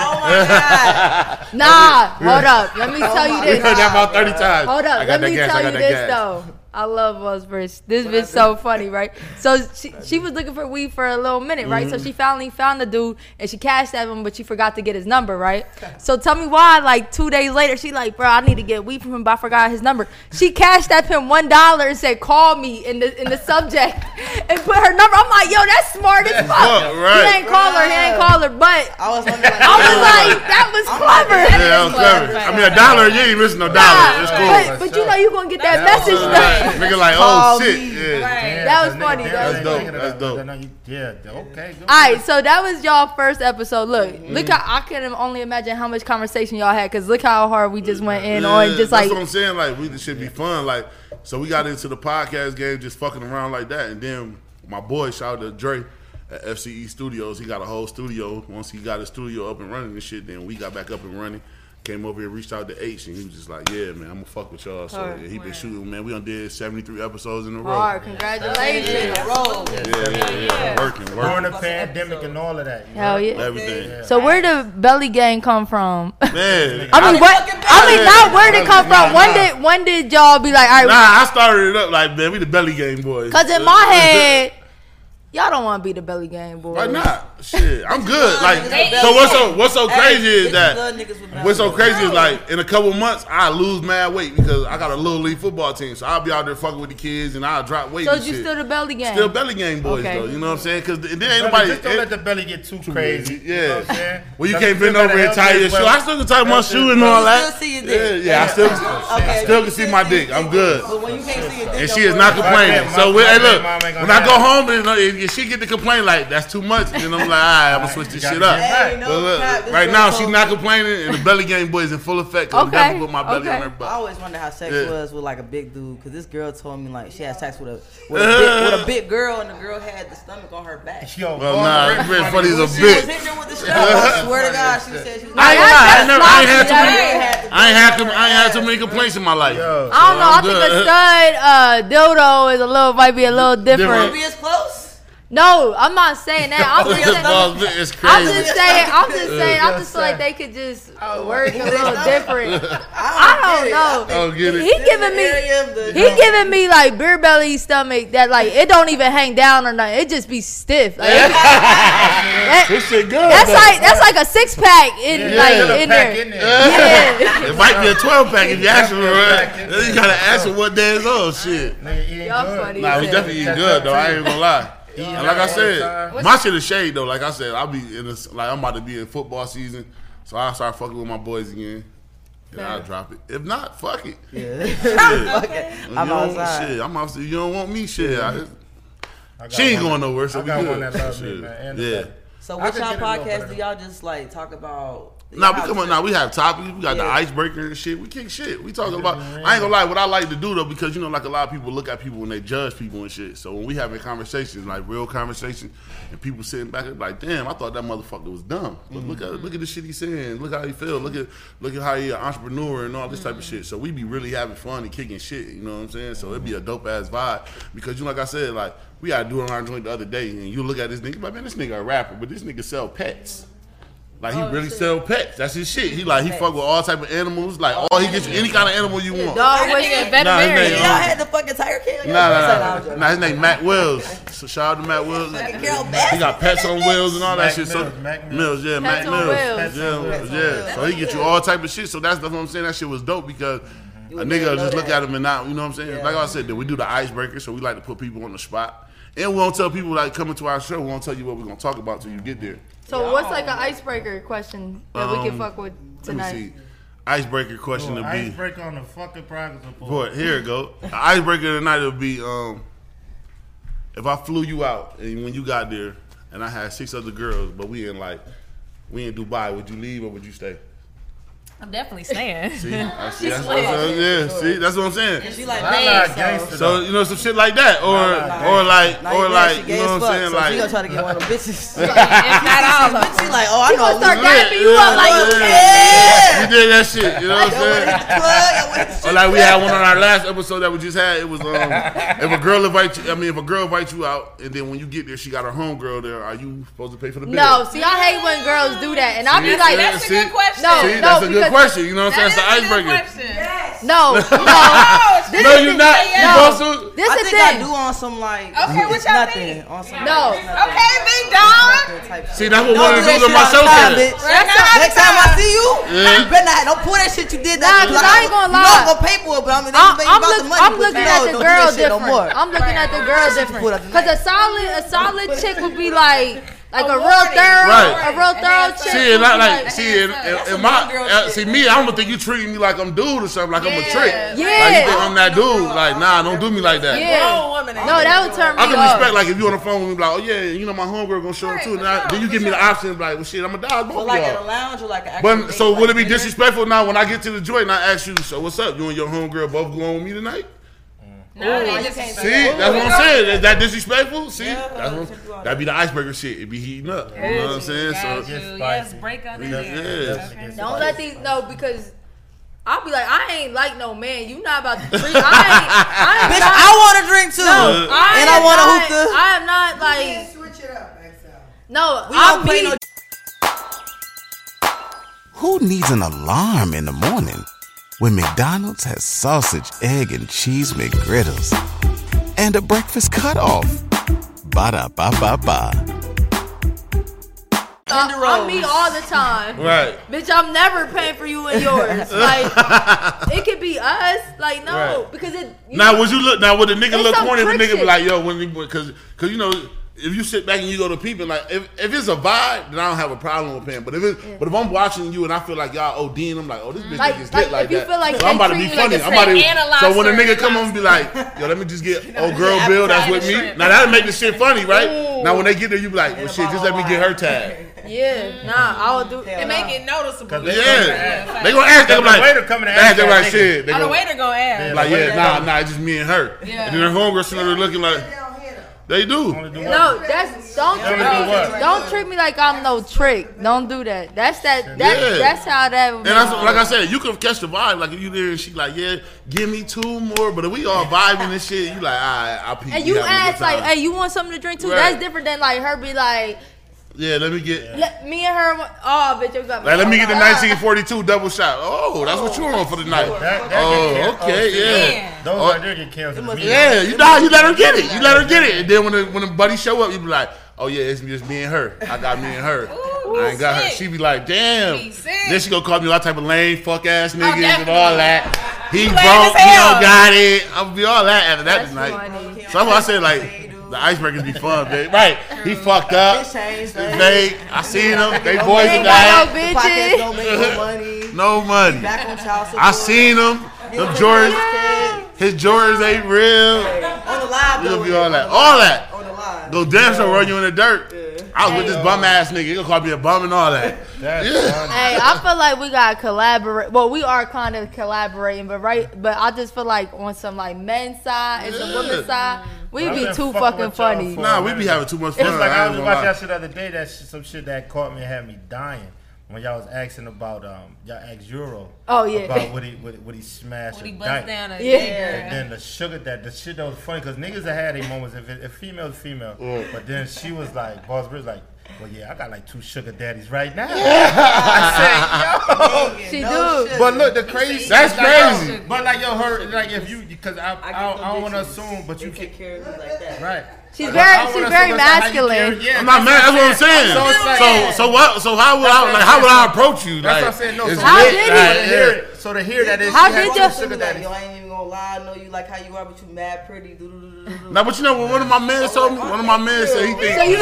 S1: Nah, hold up. Let me tell you
S3: We
S1: this.
S3: heard that about 30 times.
S1: Hold
S3: I
S1: up.
S3: got
S1: Let
S3: the
S1: me
S3: gas, I
S1: tell
S3: got
S1: you
S3: the
S1: this
S3: gas.
S1: though. I love Buzz Rich. This bitch so funny, right? So she, she was looking for weed for a little minute, right? So
S7: Mhm.
S1: she finally found the dude and she cashed at him, but she forgot to get his number, right? So tell me why, like two days later, she like, bro, I need to get weed from him, but I forgot his number. She cashed at him one dollar and said, call me in the in the subject and put her number. I'm like, yo, that's smart as fuck.
S3: fucked, right.
S1: He ain't call her, he ain't call her, but I was wondering, I was like, that was clever.
S3: Yeah, that was clever. I mean, a dollar, you ain't missing no dollar. It's
S1: But,
S3: cool.
S1: but you know you gonna get that message though.
S3: Nigga like,
S1: Call
S3: oh shit.
S1: me.
S3: Yeah.
S1: Right. That was funny, though.
S3: That's dope. That's dope.
S8: Yeah, okay. good.
S1: All right, so that was y'all first episode. Look,
S3: Mm-hmm.
S1: look how I can only imagine how much conversation y'all had because look how hard we just went in on
S3: Yeah,
S1: just like
S3: that's what I'm saying. Like we this should be fun. Like so we got into the podcast game just fucking around like that, and then my boy shout out to Dre at FCE Studios. He got a whole studio. Once he got his studio up and running and shit, then we got back up and running. Came over here, reached out to H, and he was just like, "Yeah, man, I'm gonna fuck with y'all." So
S1: Hard.
S3: yeah, he been shooting, man. We done did 73 episodes in a row.
S1: hard. Congratulations.
S3: Yeah, yeah, yeah, Working, working.
S8: During the pandemic and all of that. you
S1: Hell
S8: know?
S1: yeah.
S3: Everything. Yeah.
S1: So where did Belly Gang come from?
S3: Man,
S1: I mean, what? I mean, not where did it come
S3: Nah,
S1: from. When
S3: nah.
S1: did when did y'all be like, all
S3: Nah,
S1: right?
S3: I started it up like, man, we the belly game boys.
S1: Because in my head, y'all don't want to be the Belly Gang boy. Why
S3: not? Shit, I'm good. Like,
S1: Hey,
S3: so what's so what's so
S1: hey,
S3: crazy
S1: bitches
S3: is that
S1: love
S3: what's so crazy is like in a couple months I lose mad weight because I got a little league football team, so I'll be out there fucking with the kids and I'll drop weight.
S1: So
S3: and
S1: you
S3: shit.
S1: still the Belly Gang?
S3: Still belly game boys
S1: Okay.
S3: though. You know what I'm saying? Because then
S8: Belly-
S3: ain't nobody.
S8: just don't let the belly get too crazy.
S3: Yeah.
S8: You know what I'm saying?
S3: well, you
S8: Because
S3: can't
S8: still
S3: bend over
S8: gotta
S3: and
S8: help
S3: tie your
S8: yourself.
S3: shoe. I still can tie my
S8: That's
S3: shoe
S8: it.
S3: and all that.
S6: still see your
S3: yeah,
S6: dick.
S3: yeah, I still,
S6: Okay,
S3: still
S6: you
S3: can see my dick. I'm good.
S6: But when you can't see your dick,
S3: And
S6: don't
S3: she is
S6: worry about
S3: not
S6: it.
S3: complaining. So we, hey, look,
S6: Mom ain't gonna
S3: when I go
S6: have it.
S3: home and, uh, and if she get to complain like that's too much, then I'm like, all right, I'm gonna switch this
S8: gotta
S3: shit up.
S8: get right. Hey,
S3: But
S8: no
S3: look,
S8: cap, this
S3: right
S8: girl
S3: now
S8: cold.
S3: she's not complaining, and the belly game boy is in full effect. 'cause I'm
S6: Okay.
S3: definitely put my belly on her
S6: I
S3: butt.
S6: always wonder how sex
S3: Yeah.
S6: was with like a big dude because this girl told me like she had sex with a with a, big, with a big girl and the girl had the stomach on her back.
S8: Yo,
S3: Well, nah, that bitch funny as a
S6: she
S3: bitch.
S6: was hitting her with the strap. I swear to God, she said she was.
S3: I ain't
S6: That's-
S3: lie,
S6: that's
S3: I ain't never, I ain't had
S6: sloppy.
S3: too many,
S6: That
S3: I ain't had, too- I ain't had too many complaints in my life.
S1: I don't know. I think a stud uh, dildo is a little might be a little different.
S3: Different.
S6: Be as close.
S1: No, I'm not saying that. I'm just saying.
S3: it's crazy.
S1: I'm just saying. I'm just
S3: Yeah.
S1: saying. I just feel like they could just work a little different. I don't know.
S3: Oh, get it.
S1: He giving me. He giving me like beer belly stomach that like it don't even hang down or nothing. It just be stiff. Like, it-
S3: This shit good.
S1: that's
S3: though.
S1: like that's like a six pack in
S3: Yeah.
S1: like in there.
S3: it might be a 12 pack if you ask him, right? Then you gotta ask him what day is old. Shit.
S1: Y'all funny.
S3: Nah, we
S1: as
S3: definitely eat
S1: hell.
S3: good though. I ain't gonna lie. And like I said,
S1: What's-
S3: my shit is shade though. Like I said, I'll be in this. Like I'm about to be in football season, so I start fucking with my boys again. And I'll drop it. If not, fuck it. Yeah.
S6: Fuck it. I'm
S3: you don't-
S6: outside.
S3: Shit, I'm outside. You don't want me? Shit. I-
S8: got
S3: she ain't
S8: one-
S3: going nowhere, so
S8: I
S3: we
S8: got
S3: good.
S8: one that loves me,
S3: Shit.
S8: man, and the
S3: yeah.
S8: baby.
S6: So
S8: I
S6: what
S8: could
S6: y'all
S8: get a little
S6: podcast
S8: better.
S6: do y'all just like talk about?
S3: Nah, we come on. Now we have topics. We got the
S6: Yeah.
S3: icebreaker and shit. We kick shit. We talking about. I ain't gonna lie. What I like to do though, because you know, like a lot of people look at people when they judge people and shit. So when we having conversations, like real conversations, and people sitting back and like, damn, I thought that motherfucker was dumb. But look at look at the shit he's saying. Look how he feel. Look at look at how he an entrepreneur and all this type of shit. So we be really having fun and kicking shit. You know what I'm saying? So it'd be a dope ass vibe because you know, like I said, like we got doing our joint the other day, and you look at this nigga like, man, this nigga a rapper, but this nigga sell pets. Like he
S1: Oh,
S3: really
S1: shit.
S3: sell pets. That's his shit. He like he
S6: Pets.
S3: fuck with all type of animals. Like all he gets you any kind of animal you want.
S1: Dog was a
S3: Nah, his
S1: veterinarian.
S3: name,
S6: Y'all
S3: um,
S6: had the fucking tiger king.
S3: Nah, nah, nah, nah. His name Matt Wells. So shout out to Matt Wells.
S6: Fucking
S3: He
S6: Carol
S3: got pets on wheels and all that
S8: Mac
S3: shit. So
S8: Mills, Mac
S3: Mills, yeah, Mac
S6: Pets on
S3: Mills,
S6: wheels. Pets on wheels.
S3: yeah, yeah. So he get you all type of shit. So that's that's what I'm saying. That shit was dope because. A
S6: would never
S3: nigga
S6: know
S3: just look
S6: that.
S3: at him and not, you know what I'm saying? Like I said, that we do the icebreaker, so we like to put people on the spot. And we don't tell people like coming to our show, we don't tell you what we're gonna talk about till you get there.
S1: So what's like an icebreaker question that we can
S3: Um,
S1: fuck with
S3: Let me
S1: tonight?
S3: see. Icebreaker question
S8: Yo,
S3: to be.
S8: icebreaker on the fucking progress report.
S3: Boy, here it go. The icebreaker tonight would be um, if I flew you out and when you got there, and I had six other girls, but we in like we in Dubai. Would you leave or would you stay?
S5: I'm definitely staying.
S3: See, I see, that's, that's, what- yeah, see, that's what I'm saying.
S5: And she like
S3: Nah, nah,
S5: big, so-
S3: gangster, though. so you know some shit like that, or or like
S6: Now
S3: or
S6: you mad she
S3: like you
S6: gay
S3: know
S6: as
S3: what I'm
S6: fuck,
S3: saying,
S6: so
S3: like
S6: she gonna try to get one of them bitches.
S5: not all
S6: She like, oh, I
S3: She
S6: know.
S3: gonna start
S6: a
S3: dapping you up like, yeah. You did that shit. You know what I'm saying? Or like we had one on our last episode that we just had. It was um, if a girl invites you, I mean, if a girl invites you out, and then when you get there, she got her homegirl there. Are you supposed to pay for the bill?
S1: No, see, I hate when girls do that, and I'll be
S3: See,
S1: like,
S3: that's a good question.
S1: No, no,
S3: See, that's a good
S1: because-
S3: question. You know what I'm saying? That's the icebreaker.
S1: No, no, This
S3: no,
S1: is
S3: you're
S1: the
S3: not.
S1: thing. No.
S3: You supposed to.
S1: This
S6: I
S1: is
S6: think I
S1: it.
S6: do on some like
S1: Okay, what
S6: it's
S1: y'all
S6: nothing on some
S1: No.
S6: it's nothing.
S1: Okay,
S6: It's nothing type shit.
S3: See, that's what
S6: Don't
S3: women
S6: do
S3: do
S6: that
S3: to
S6: shit
S3: myself
S6: all the time,
S3: is.
S6: bitch.
S1: Right now,
S6: Next time I see you,
S3: Yeah.
S6: you better not don't pull that shit you did.
S1: Nah,
S6: that
S1: cause I ain't gonna
S6: You know I'm
S1: lie.
S6: gonna pay for it, but I'm,
S1: I'm,
S6: I'm,
S1: I'm,
S6: about
S1: look-
S6: the money,
S1: I'm
S6: but
S1: looking
S6: you
S1: at
S6: know,
S1: the
S6: don't do
S1: girl
S6: that shit
S1: different.
S6: No more.
S1: I'm looking at the girl different. Cause a solid, a solid chick would be like, like a real thorough, a
S3: Right.
S1: real thorough chick.
S3: See,
S1: would
S3: and I
S1: be
S3: like, see, and, and, and my, uh, see me, I don't think you treating me like I'm dude or something, like I'm a trick. Like
S1: Yeah.
S3: you think I'm that dude. Like, nah, don't do me like that.
S1: yeah. No, that would turn me
S3: I can
S1: off.
S3: respect like if you on the phone with me, be like, oh yeah, you know my homegirl gonna show up too. And I, then you give me the option, be like, well shit, I'm a dodge both
S6: But
S3: of
S6: like at a
S3: y'all.
S6: lounge or like an actual
S3: But so would it be disrespectful now when I get to the joint and I ask you, so what's up? You and your homegirl both going with me tonight? See, that's what I'm saying. Is that disrespectful? See, that's what, that'd be the icebreaker shit. It be heating up. You know what I'm saying? So
S5: yes, break on it.
S3: yeah.
S1: Don't let these no because I'll be like, I ain't like no man. You not about to drink. I ain't. I ain't
S6: Bitch,
S1: not-
S6: I want to drink too,
S1: No, I
S6: and I
S1: am
S6: want a
S1: not-
S6: hookah.
S1: I am not like.
S4: switch it up next time.
S1: No,
S6: We
S1: I'll
S6: don't play
S1: be.
S6: no-
S12: Who needs an alarm in the morning when McDonald's has sausage, egg, and cheese McGriddles and a breakfast cutoff? Ba da ba ba ba.
S1: Uh, I'm me all the time.
S12: Right.
S1: Bitch, I'm never paying for you and yours. like, it could be us. Like, no.
S3: Right.
S1: Because it.
S3: Now would you look? Now would the nigga
S1: It's
S3: look
S1: some
S3: corny? If a
S1: trick
S3: nigga be
S1: shit.
S3: like, yo, when you because because you know if you sit back and you go to people like if, if it's a vibe, then I don't have a problem with paying. But if it but if I'm watching you and I feel like y'all ODing, I'm like, oh this bitch
S1: Like-
S3: think it's
S1: like,
S3: lit like
S1: if you
S3: that.
S1: feel like
S3: so I'm
S1: they
S3: about to be
S1: treat you like a
S3: funny. I'm about
S1: steak
S3: to.
S1: and a
S3: so when a
S1: lobster
S3: nigga come over and be like, yo, let me just get old girl
S1: an
S3: bill that's
S1: appetizer
S3: with me.
S1: shrimp.
S3: Now that'll make the shit funny, right?
S1: Ooh.
S3: Now when they get there, you be like, well shit, just let me get her tag.
S1: Yeah, nah, I would do.
S5: And make it noticeable.
S3: Yeah, they gonna ask. They gonna be
S8: The
S3: like,
S8: waiter coming to
S3: they
S8: ask
S3: ask, they
S8: that
S3: like,
S8: nigga.
S3: shit. They
S5: Oh, the
S3: gonna-
S5: waiter gonna ask.
S3: like,
S8: Yeah,
S3: yeah,
S8: like,
S3: nah,
S8: yeah.
S3: nah, it's just me and her.
S5: Yeah.
S3: And then her homegirl sitting there looking like, they do.
S1: No, that's don't
S3: Don't
S1: treat
S3: do
S1: me.
S3: what?
S1: Don't treat me like I'm no trick. Don't do that. That's that. That
S3: Yeah.
S1: that's how that. Would
S3: And
S1: be.
S3: that's, like I said, you can catch the vibe. Like if you there and she like, yeah, give me two more. But if we all vibing and shit, you like, all right, I'll peek.
S1: and
S3: We
S1: you
S3: having a good
S1: ask like,
S3: time.
S1: hey, you want something to drink too?
S3: Right.
S1: That's different than like her be like,
S3: yeah, let me get,
S1: let me and her. wa- Oh, bitch, you got
S3: like, let me get the
S1: Ah.
S3: 1942 double shot. Oh, that's what you on for the night.
S8: That- that get
S3: oh,
S8: canceled.
S3: okay, yeah.
S8: Those
S3: Oh.
S8: right there get canceled.
S3: Yeah, you know, you let her get it. You let her get it, and then when the, when the buddy show up, you be like, "Oh yeah, it's just me and her. I got me and her. I ain't got her." She be like, "Damn."
S5: She sick. Oh,
S3: Then she gonna call me all type of lame fuck ass niggas and
S5: definitely.
S3: all that. He
S5: You lame
S3: broke. He
S5: as hell.
S3: don't got it. I'm be all that after
S6: That's
S3: that
S6: funny.
S3: tonight. So that's why I said like. The icebreakers be fun, babe. Right. He fucked up.
S6: It changed, babe.
S3: They, I seen them. They
S6: Don't
S3: boys
S6: make no
S3: are dying.
S6: The podcast don't make no money.
S3: No money.
S6: Back on child support.
S3: I seen them. Them
S6: Niggas
S3: Jordans. His Jordans ain't real.
S6: On the live
S3: It'll
S6: though.
S3: be all that. All that. Go dance or run you in the dirt. I was with this bum ass nigga. He gonna call me a bum and all that.
S1: Hey, I feel like we gotta collaborate. Well, we are kind of collaborating, but right, but I just feel like on some like men's side and some women's side, we
S8: I've
S1: be
S8: been
S1: too
S8: fucking
S1: fucking
S8: with y'all
S1: funny.
S8: for
S3: Nah,
S8: a
S3: we
S8: minute.
S3: be having too much fun.
S8: It's like
S3: I
S8: I
S3: ain't
S8: was
S3: gonna
S8: watching
S3: lie.
S8: that shit the other day. That shit, some shit that caught me and had me dying when y'all was asking about um y'all asked Euro.
S1: Oh, yeah.
S8: About what he what, what he smashed. What
S5: he bust down a-
S1: Yeah.
S8: And then the sugar that the shit that was funny because niggas that had their moments. If, it, if female is female, but then she was like, Boss Bridge like. Well, yeah, I got like two sugar daddies right now. I said, yo,
S1: She do.
S8: But look, the crazy.
S3: That's
S8: like, yo,
S3: crazy.
S8: But like, yo, her, like, if you, because I, I, don't- I don't want to assume, but you can
S6: care of me like that,
S8: right?
S1: She's
S8: Like,
S1: very-
S8: I don't
S1: she's
S8: wanna
S1: very
S8: assume that's how you
S1: masculine.
S8: carry- yeah,
S3: I'm not mad. That's what I'm saying.
S8: So it's like-
S3: So, so what? So how would I like? How would I approach you?
S8: That's
S3: like,
S8: what I'm saying. No,
S3: it's
S8: so how
S3: lit,
S8: did he-
S3: like,
S8: So to hear it- so to hear that is- How she
S6: How
S8: did
S6: did
S8: had you- one
S6: you?
S8: sugar daddy.
S6: Yo, I ain't even gonna lie. I know you like how you are, but you mad pretty. doo doo doo doo doo.
S3: Now, but you know what? One of my men told me. One of my men said he think.
S6: So you-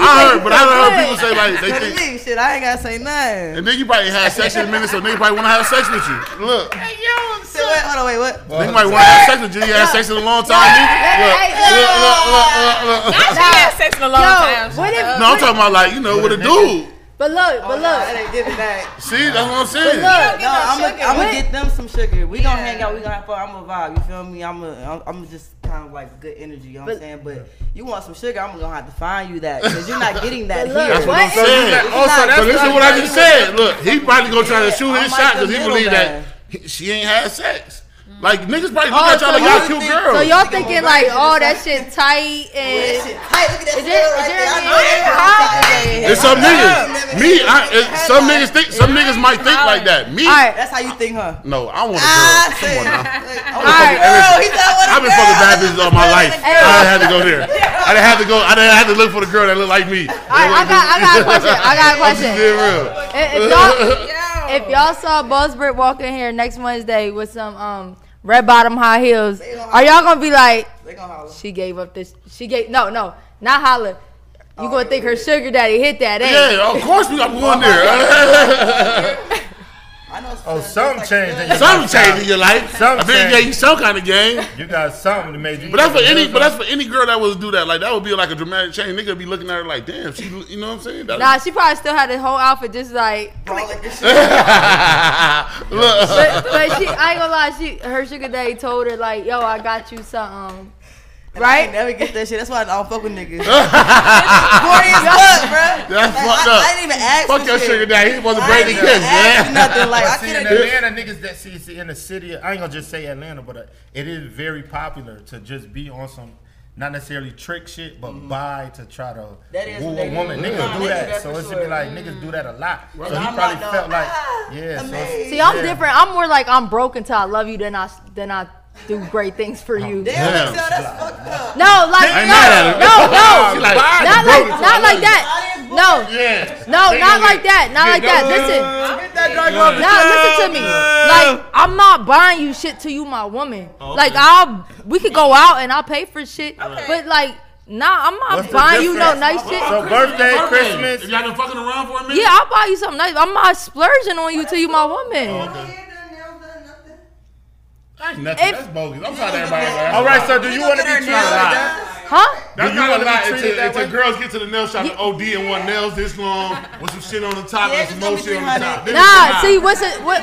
S3: I heard, but I done heard people say like they
S6: Better
S3: think.
S6: leave, Shit, I ain't gotta say nothing.
S3: And then you probably had sex in a minute, so nigga probably want to have sex with you. Look,
S6: Say what? Hold on, wait, what?
S3: nigga might want to have sex with you. You had sex in a long time. nigga. Look, look, look, look, look, look.
S5: Not she had sex in a long
S1: Yo,
S5: time.
S1: what if-
S3: No, I'm talking about like you know with a dude.
S1: But look, but look.
S6: Oh, I didn't get it back.
S3: See, that's what I'm
S6: But
S3: saying.
S6: look, no, I'm gonna I'm gonna get them some sugar. We gonna hang out. We gonna have fun. I'm gonna vibe. You feel me? I'm gonna I'm, I'm just kind of like good energy. You know what I'm saying? But you want some sugar? I'm gonna have to find you that because you're not getting that here.
S3: That's what I'm saying. Also, but listen to what I just said. Look, he probably gonna try to shoot his shot because he believe that he- she ain't had sex. Like niggas probably look at y'all like y'all cute girls.
S1: Oh, So y'all thinking like, oh, that shit tight and Is there- is there any-
S3: It's some niggas. Me, I, it, some niggas think. Some niggas might think like that. Me,
S6: That's how you think, huh?
S3: no, I want a girl. Come on now.
S6: Alright.
S3: I've been
S6: Girl, he said,
S3: fucking- I've been fucking bad bitches all my life. I didn't have to go there. I didn't have to go. I didn't have to look for the girl that looked like me.
S1: All right, I got, I got a question. I got a
S3: I'm just
S1: question.
S3: being real.
S1: If, if y'all, if y'all saw Buzzbird walk in here next Wednesday with some um red bottom high heels, are y'all gonna be like, she gave up this? She gave no, no, not holler. You gonna think her sugar daddy hit that? Ain't?
S3: Yeah, of course we. I'm going there.
S8: Oh, some changed in your
S3: Something
S8: life.
S3: changed in your life.
S8: Some
S3: I mean,
S8: changed.
S3: yeah, you some kind of game.
S8: You got something that made you.
S3: But that's for any. But that's for any girl that would do that. Like that would be like a dramatic change. Nigga would be looking at her like, damn, she. You know what I'm saying? That-
S1: Nah, she probably still had the whole outfit just like.
S3: Look.
S1: But, but she, I ain't gonna lie, she her sugar daddy told her like, yo, I got you something.
S6: Right? never get that shit. That's why I don't fuck with niggas. Corny as fuck, bro.
S3: That's
S6: Like,
S3: fucked
S6: I,
S3: up.
S6: I didn't even ask
S3: Fuck
S6: for
S3: your
S6: shit.
S3: sugar daddy. He wasn't
S6: I
S3: breaking
S6: didn't
S3: kids,
S6: even ask
S3: man.
S6: Nothing like I
S8: I see in
S6: could've-
S8: Atlanta niggas that see, see in the city. I ain't gonna just say Atlanta, but uh, it is very popular to just be on some not necessarily trick shit, but buy to try to
S6: Mm-hmm. That is
S8: woo
S6: what they
S8: a
S6: do.
S8: woman.
S6: Mhm.
S8: Niggas
S6: Nah,
S8: do
S6: niggas
S8: that,
S6: do that
S8: so
S6: for
S8: it should be
S6: sure.
S8: like niggas do that a lot.
S6: Right.
S8: So
S6: I'm
S8: he
S6: like,
S8: probably
S6: no,
S8: felt like yeah. So it's-
S1: See, I'm
S8: yeah.
S1: different. I'm more like I'm broke until I love you than I than I do great things for you.
S8: Damn.
S6: Damn.
S1: No, like
S8: Ain't
S1: no,
S8: mad at her.
S1: no, no,
S8: She like, "I'm
S1: not like
S8: broke
S1: not
S8: until I
S1: like
S8: love
S1: that. No, no, not like that, not like that. Listen. Nah, listen to me. Like I'm not buying you shit till you my woman.
S7: Okay.
S1: Like I'll we could go out and I'll pay for shit. But like nah, I'm not
S8: What's the
S1: buying you no
S8: difference?
S1: nice shit.
S8: So birthday, Christmas.
S3: If y'all been fucking around for a minute.
S1: Yeah, I'll buy you something nice. I'm not splurging on you till you my woman.
S3: Ain't nothing. That's bogus. I'm tired of everybody laughing.
S8: All right, so do you want to be treated?
S1: Huh?
S3: That's
S8: Do you
S3: not
S8: wanna
S3: a
S8: be
S3: lie until,
S8: treated that
S3: until
S8: way?
S3: girls get to the nail shop and OD and want nails this long with some shit on the top and some more shit on the top. This is
S1: Nah,
S3: not-
S1: see what's it, what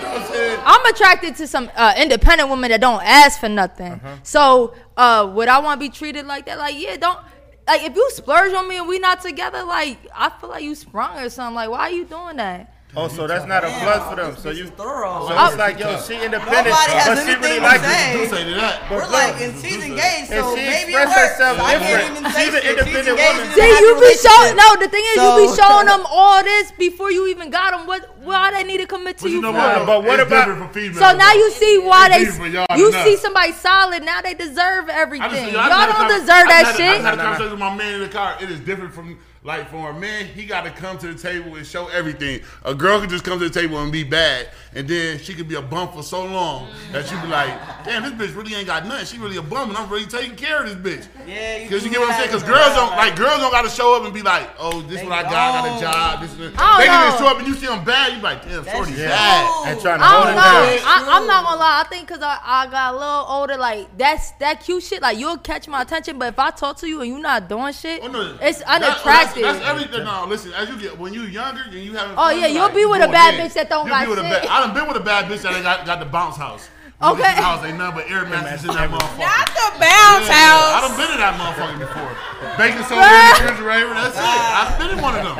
S1: I'm attracted to some uh, independent women that don't ask for nothing.
S3: Uh-huh.
S1: So uh, would I want to be treated like that? Like yeah, don't like if you splurge on me and we not together, like I feel like you sprung or something. Like why are you doing that?
S8: Oh, so that's not a plus for them. So you thorough. So
S1: Oh.
S8: it's like yo, she independent,
S6: Nobody has
S8: but she
S6: anything
S8: really
S6: to
S8: like
S6: say.
S8: it.
S6: You do say
S3: that.
S8: But
S6: We're
S8: look,
S6: like, and she's engaged,
S8: And
S6: so
S8: she
S6: maybe it
S8: expressed
S6: works.
S8: herself
S6: I can't
S8: different.
S6: even say
S8: She's an
S6: shit.
S8: independent
S6: engaged
S8: woman.
S6: in a
S1: See, you be
S6: relationship.
S1: showing no. The thing is, you
S6: So-
S1: be showing them all this before you even got them. What why they need to commit to
S3: But
S1: you?
S3: you know
S1: for?
S3: what?
S8: But what
S3: It's
S8: about-
S3: different for females.
S1: So now you see why
S3: It's
S1: they
S3: easy for y'all to
S1: you
S3: know.
S1: see somebody solid. Now they deserve
S3: I just-
S1: everything.
S3: I just had a
S1: Y'all don't
S3: con-
S1: deserve
S3: I
S1: that
S3: just had
S1: shit.
S3: a- I just had a conversation with my man in the car. It is different from like for a man, he got to come to the table and show everything. A girl can just come to the table and be bad, and then she could be a bum for so long that you be like, damn, this bitch really ain't got nothing. She really a bum, and I'm really taking care of this bitch.
S6: Yeah, you
S3: Cause
S6: do
S3: you get what I'm
S6: that
S3: saying? Cause
S6: as
S3: girls
S6: well,
S3: don't
S6: like-
S3: like girls don't gotta show up and be like, oh, this is what I got, I got a
S6: don't.
S3: job, this is this. They
S1: I don't
S3: can just
S1: know.
S3: show up and you see them bad, you be like, damn, shorty
S8: true.
S3: bad.
S8: and trying to
S1: I
S8: hold
S1: don't
S8: it down.
S1: know. I, I'm not gonna lie. I think because I, I got a little older, like that's that cute shit. Like you'll catch my attention, but if I talk to you and you not doing shit,
S3: Oh, no.
S1: it's
S3: That- oh, that's-
S1: unattractive.
S3: That's, everything. No, listen. As you get when you younger and you having.
S1: Oh,
S3: fun,
S1: yeah, you'll
S3: like,
S1: be
S3: you
S1: with a
S3: going
S1: bad
S3: in.
S1: bitch that don't
S3: You'll be
S1: got
S3: with a
S1: shit.
S3: bad- I done been with a bad bitch that ain't got got the bounce house.
S1: Okay.
S3: This house ain't nothing but air mattresses in that motherfucker. Not
S7: the bounce house.
S3: I done been in that motherfucker before. Bacon soda in the refrigerator. That's it. I've been in one of them.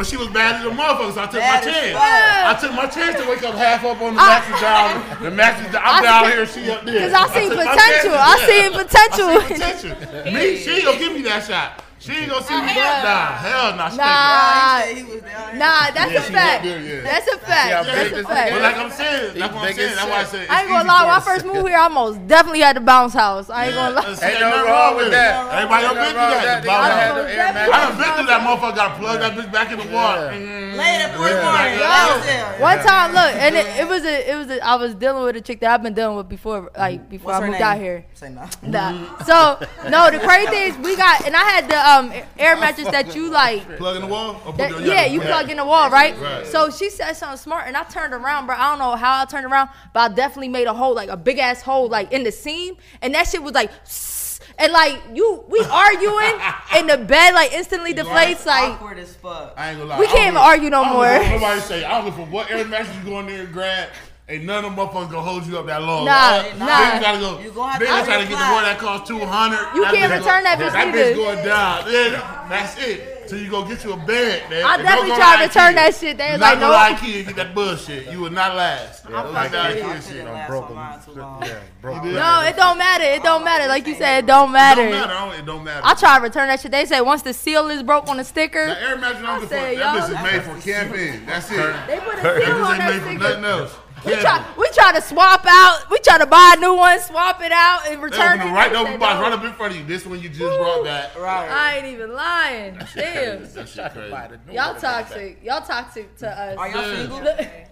S3: But she was bad as a motherfucker, so I took
S6: Bad
S3: my
S6: as
S3: chance.
S6: fuck.
S3: I took my chance to wake up half up on the mattress down. The mattress down.
S1: I
S3: I'm down
S1: see-
S3: here, she up there.
S1: Because I seen
S3: took my
S1: potential. I
S3: chances, yeah.
S1: seen potential.
S3: I seen potential. Me, she ain't gonna give me that shot. She ain't gonna see me.
S1: hell
S3: Nah, hell nah. She
S1: Nah,
S6: He was down here.
S1: nah, that's
S3: Yeah,
S1: a
S3: she
S1: fact.
S3: up there, yeah.
S1: That's a fact.
S8: Yeah,
S1: that's
S8: but-
S1: a
S3: But like
S1: fact.
S3: I'm saying, that's what I'm
S8: Biggest
S3: saying. That's why I said it's
S1: I ain't gonna
S3: easy
S1: lie.
S3: for
S1: When I
S3: us.
S1: first moved here, I most definitely had the bounce house. I ain't gonna
S3: Uh,
S1: lie.
S3: see, Ain't
S8: nothing
S3: nothing
S8: wrong with that.
S3: Everybody done
S8: Ain't
S3: been
S8: nothing
S3: through
S8: wrong
S3: that.
S8: with that.
S3: The bounce
S8: They
S3: house.
S8: all had the
S1: air
S3: I done been through that motherfucker. Gotta plug that bitch back in the Mm-hmm. water.
S6: Later, boy, morning. That's it.
S1: One time, look, and it, it was a, it was a, I was dealing with a chick that I've been dealing with before, like before
S6: What's
S1: I
S6: her
S1: moved
S6: name?
S1: out here.
S6: Say no.
S1: Nah. So no, the crazy thing is we got, and I had the um air mattress that you like.
S3: Plug in the wall. Or put
S1: that-
S3: your-
S1: yeah, you
S3: put
S1: plug
S3: that.
S1: in the wall, right?
S3: Right.
S1: So she said something smart, and I turned around, but I don't know how I turned around, but I definitely made a hole, like a big ass hole, like in the seam, and that shit was like. And like you, we arguing, and the bed like instantly deflates. Like
S6: awkward as fuck.
S3: I ain't gonna lie.
S1: we
S3: I don't
S1: can't even
S3: give-
S1: argue no
S3: I don't
S1: more.
S3: give a- Nobody say I don't give a what air mattress you go in there and grab. Ain't none of them motherfuckers gonna hold you up that long.
S1: Nah,
S3: Uh,
S1: nah.
S3: Then you gotta go.
S1: You gonna have
S3: then
S1: to
S3: I try to get the
S1: reply.
S3: boy that cost two hundred.
S1: You can't return that bitch
S3: That
S1: either.
S3: bitch going down. Yeah, that's it. Till you go get you a bed, man.
S1: I
S3: And don't
S1: definitely
S3: go
S1: tried to
S3: IKEA.
S1: return that shit. They
S3: You're
S1: was
S3: not
S1: like,
S3: gonna
S1: no.
S3: lie, IKEA and get that bullshit. You would not last. Yeah, those
S6: fucking
S3: IKEA
S6: with you. I
S3: shit.
S6: couldn't
S3: I'm
S6: last
S3: broke.
S6: online too long.
S1: No, it don't matter. It don't matter. Like you said, it don't matter.
S3: It don't matter. I don't- It don't matter.
S1: I tried to return that shit. They said once the seal is broke on the sticker.
S3: The air mattress on the
S1: said,
S3: front. That
S1: yo,
S3: bitch is made for camping. That's it.
S1: They put a
S3: That
S1: seal
S3: bitch
S1: on
S3: ain't
S1: that
S3: made for
S1: sticker.
S3: nothing else.
S1: We
S3: Camping.
S1: try, we try to swap out. We try to buy a new one, swap it out, and
S3: They
S1: return
S3: open
S1: it.
S3: the right
S1: They
S3: open
S1: said,
S3: box
S1: no.
S3: right up in front of you. This one you just brought back.
S1: I ain't even lying. Damn.
S3: That shit crazy.
S1: Y'all toxic. Y'all toxic to us. Are
S6: y'all single?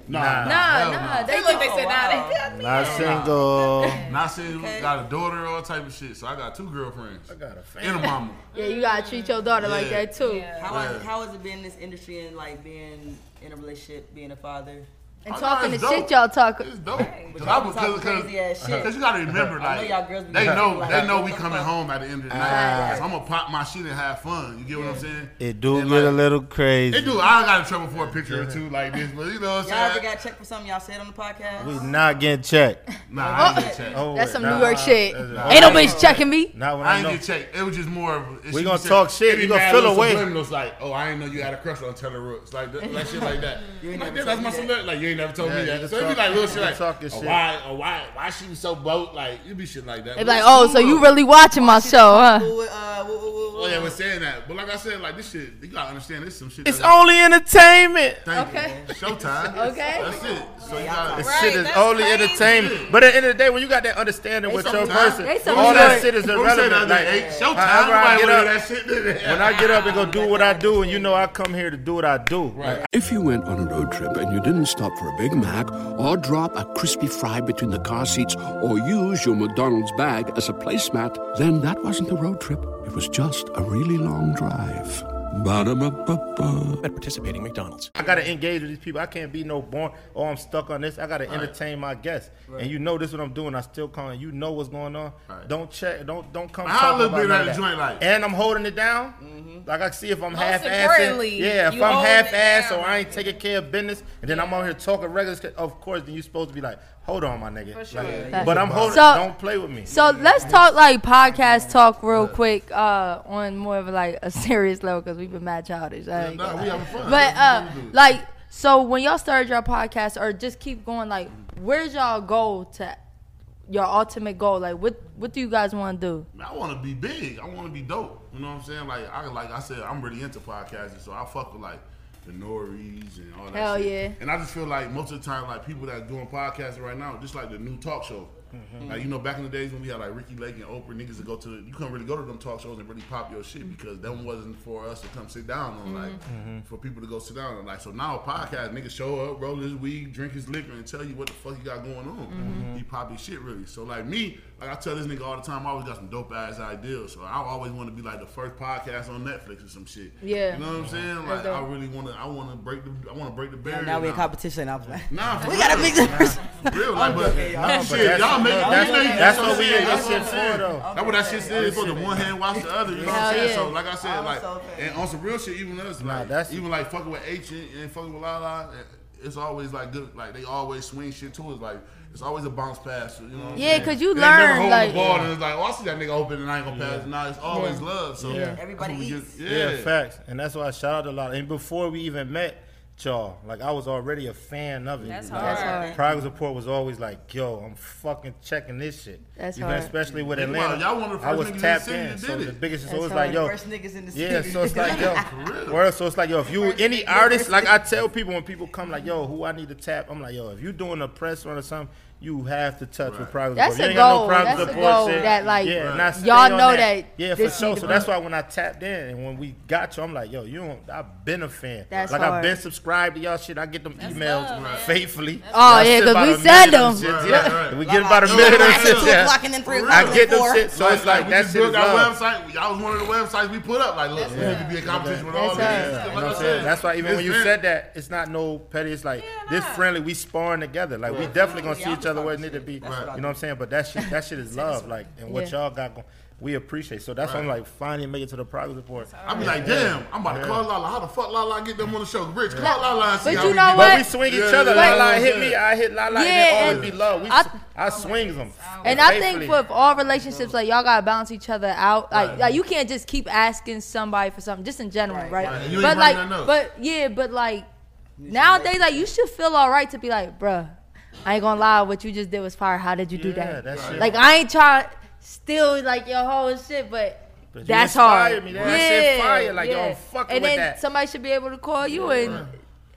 S1: Nah,
S3: Nah.
S1: nah. They look. They said, nah. They
S3: Not
S11: single.
S3: Not single. Got a daughter, all type of shit. So I got two girlfriends. I got a family. And a mama.
S1: Yeah, you gotta treat your daughter like
S3: Yeah.
S1: that too.
S6: How has,
S3: Yeah.
S6: how has it been in this industry and like being in a relationship, being a father?
S1: And talking the shit y'all talk. It's
S3: dope.
S6: But
S3: Cause
S6: y'all
S3: I was
S6: be talking
S3: cause, cause,
S6: crazy ass shit.
S3: 'cause you gotta remember,
S6: I know
S3: like
S6: y'all girls be
S3: they know,
S6: like,
S3: they know we
S6: what the
S3: coming
S6: fuck?
S3: home at the end of the night. So I'm gonna pop my shit and have fun. You get what I'm saying?
S4: It do get a little crazy.
S3: They do. I got in trouble for a picture or two like this, but you know what
S6: Y'all ever
S3: I'm saying?
S6: got checked for something y'all said on the podcast?
S4: We not getting checked.
S3: Nah,
S6: Oh.
S3: I ain't get checked.
S1: That's some New York shit. Ain't no bitch checking me.
S4: Not when
S3: I
S4: I
S3: ain't
S4: know.
S3: get checked. It was just more of.
S4: We gonna talk shit, you gonna feel away.
S3: It's like, oh, I ain't know you had a crush on Taylor Rooks, like that, like shit like that.
S4: You ain't
S3: like
S4: never
S3: that, that's
S4: told
S3: my
S4: me that.
S3: celebrity. Like you ain't never told
S4: Yeah,
S3: me
S4: you
S3: that.
S4: just
S3: So it be
S4: talk-
S3: like little
S4: you
S3: shit
S4: just
S3: like,
S4: talk your
S3: oh,
S4: shit.
S3: why, oh, why, why she was so bold? Like it be shit like that.
S1: They be
S3: But
S1: like,
S3: it's
S1: oh,
S3: cool
S1: so you
S3: though.
S1: really watching my show, huh?
S3: Oh yeah, we're saying that. But like I said, like this shit, you gotta understand. This some shit.
S4: It's
S3: that-
S4: only entertainment.
S3: Thank You. Showtime.
S1: Okay.
S3: That's it. So you gotta.
S4: This shit is only entertainment. But at the end of the day, when you got that understanding
S3: They
S4: with
S3: some
S4: your
S3: time.
S4: person,
S3: They some
S4: all
S3: time.
S4: that shit is
S3: What we say the
S4: irrelevant.
S3: other
S4: Like,
S3: day, hey, showtime,
S4: however I
S3: nobody
S4: get
S3: wanna
S4: up,
S3: hear that shit, did they?
S4: when I get up and go do what I do, and you know I come here to do what I do.
S13: If you went on a road trip and you didn't stop for a Big Mac or drop a crispy fry between the car seats or use your McDonald's bag as a placemat, then that wasn't a road trip. It was just a really long drive. Ba-da-ba-ba-ba. At participating McDonald's.
S4: I gotta engage with these people. I can't be no born. Oh, I'm stuck on this. I gotta entertain my guests. And you know this is what I'm doing. I still calling. You know what's going on. Don't check. Don't don't come.
S3: Now, how
S4: talking
S3: look
S4: about
S3: good
S4: none
S3: at
S4: of
S3: the
S4: that.
S3: joint like? Mm-hmm.
S4: And I'm holding it down. Like I see if I'm
S3: Most
S4: half
S3: importantly,
S4: assing. Yeah, if
S3: you
S4: I'm
S3: holding
S4: half
S3: it
S4: ass
S3: down.
S4: or I ain't taking care of business, and then I'm out here talking regular. shit, Of course, then you supposed to be like, hold on, my nigga.
S1: For sure.
S4: Like,
S1: Yeah.
S4: But I'm holding.
S1: So-
S4: don't play with me.
S1: So let's talk like podcast talk real quick uh, on more of like a serious level because we've been mad childish. I ain't
S3: nah,
S1: gonna
S3: we
S1: lie.
S3: having fun.
S1: But uh,
S3: That's what we do.
S1: like, so when y'all started your podcast or just keep going, like, where's y'all goal to your ultimate goal? Like, what what do you guys want to do?
S3: Man, I want to be big. I want to be dope. You know what I'm saying? Like I like I said, I'm really into podcasting, so I fuck with like the Norries and all that.
S1: Hell
S3: shit.
S1: yeah.
S3: And I just feel like most of the time, like people that doing podcasting right now, just like the new talk show.
S4: Mhm.
S3: Like you know, back in the days when we had like Ricky Lake and Oprah, niggas would go to you couldn't really go to them talk shows and really pop your shit because them wasn't for us to come sit down on. Like
S4: Mhm.
S3: for people to go sit down on. Like so now, a podcast niggas show up, roll his weed, drink his liquor, and tell you what the fuck he got going on. He pop his shit really. So like me, like I tell this nigga all the time, I always got some dope ass ideas. So I always want to be like the first podcast on Netflix or some shit.
S6: Yeah.
S3: you know what I'm saying?
S6: That's
S3: Like I
S6: dope.
S3: really want to. I want to break the. I want to break the
S6: Now,
S3: barrier.
S6: now we in competition. I'm like,
S3: Nah, for
S6: we gotta
S3: real.
S6: make this.
S3: For real, like, but,
S4: Nah, but
S3: shit,
S4: that's-
S3: y'all make
S4: that's-
S3: you make-
S4: that's what
S3: I'm
S4: we in
S3: saying,
S4: this
S3: that's what
S4: shit
S3: I'm
S4: for,
S3: saying.
S4: though.
S3: That's what that shit said. It's for the one hand wash the other. You know what
S4: Hell
S3: I'm saying? So,
S4: yeah.
S3: like I said,
S4: I'm
S3: like,
S4: so
S3: and on some real shit, even us, like, even like fucking with H and, and fucking with Lala, it's always like good. Like they always swing shit to us. Like it's always a bounce pass. You know? What I'm
S1: Yeah,
S3: saying?
S1: 'cause you
S3: They never
S1: learn,
S3: holding
S1: like-
S3: the ball, and it's like, oh, I see that nigga open, and I ain't gonna pass. it. Nah, it's always
S4: Yeah.
S3: love. So
S4: Yeah.
S3: that's what
S4: Everybody
S3: we
S4: eats.
S3: just-
S4: Yeah. facts. And that's why I shout out a lot. And before we even met y'all, like I was already a fan of it.
S1: That's
S4: Like,
S1: hard. That's hard.
S4: Progress Report was always like, yo, I'm fucking checking this shit.
S1: That's
S4: Even
S1: hard.
S4: Especially with
S3: Think
S4: Atlanta.
S3: about it. Y'all one of the
S4: I
S3: first
S4: was
S3: niggas in the
S4: tapped
S3: city
S4: in.
S3: that
S4: So
S3: did
S4: the
S3: it.
S4: biggest so
S3: That's
S4: it's like,
S3: hard.
S4: yo.
S6: First niggas in the
S4: Yeah,
S6: city.
S4: so it's like, yo.
S6: For
S4: Word, so it's like, yo, if you any artist, like I tell people when people come like, yo, who I need to tap, I'm like, yo, if you doing a press run or something, you have to touch with Progress
S1: That's
S4: Report. You
S1: a
S4: ain't got no
S1: goal.
S4: Progress
S1: That's a
S4: Report
S1: goal
S4: shit.
S1: that, like,
S4: Yeah, and I stay
S1: y'all
S4: on
S1: know that
S4: Yeah, for
S1: this
S4: sure.
S1: need
S4: So
S1: to
S4: that's
S1: be.
S4: why when I tapped in and when we got you, I'm like, yo, you don't. I've been a fan.
S1: That's
S4: like I've
S1: hard.
S4: been subscribed to y'all shit. I get them emails faithfully.
S1: Oh, yeah,
S4: Y'all shit
S1: 'cause we
S4: about a million
S1: send
S4: of
S1: them.
S4: shits, yeah.
S1: Right, right.
S4: We get
S1: Like,
S4: about a
S1: like,
S4: million of
S1: like,
S4: shit.
S1: two
S4: yeah.
S1: o'clock and then three o'clock
S4: I
S1: and
S4: get them
S1: four.
S4: shit. So it's like
S3: we
S4: that
S3: just
S4: shit is
S3: built our
S4: love.
S3: website. Y'all was one of the websites we put up. Like, look, we need to be in competition with all these.
S4: Yeah, you know what I'm saying? That's why even when you
S3: said.
S4: said that, it's not no petty. It's like this friendly. We sparring together. Like we
S3: Right.
S4: definitely gonna
S3: Yeah,
S4: see
S3: I'm
S4: each other where it need to be. You know what I'm saying? But that shit, that shit is love. Like and what
S3: Yeah.
S4: y'all got going. we appreciate. So that's why I'm like finally make it to the progress report.
S3: I be like, damn, I'm about to call Lala. How the fuck Lala get them on the show? Rich, call Lala and see
S4: But
S3: how
S4: you
S3: we
S4: know
S3: do.
S4: what? But we swing each other. Lala hit me, I hit Lala, and it
S1: Yeah,
S4: always
S1: and
S4: be love. We,
S1: I-
S4: I, I swings them.
S1: And I think with all relationships, like y'all gotta balance each other out. Like,
S4: Right.
S1: like you can't just keep asking somebody for something, just in general, right?
S4: Right. And you
S1: But
S4: ain't
S1: like,
S4: bringing nothing up.
S1: but yeah, but like nowadays, like you should feel all right to be like, bruh, I ain't gonna lie, what you just did was fire. How did you do
S4: Yeah,
S1: that?
S4: that shit.
S1: Like I ain't trying steal like your whole shit, but.
S4: But you
S1: That's
S4: inspired
S1: hard.
S4: me.
S1: Yeah,
S4: That shit fire. Like, yo, I'm fucking
S1: and
S4: with
S1: then
S4: that.
S1: somebody should be able to call you and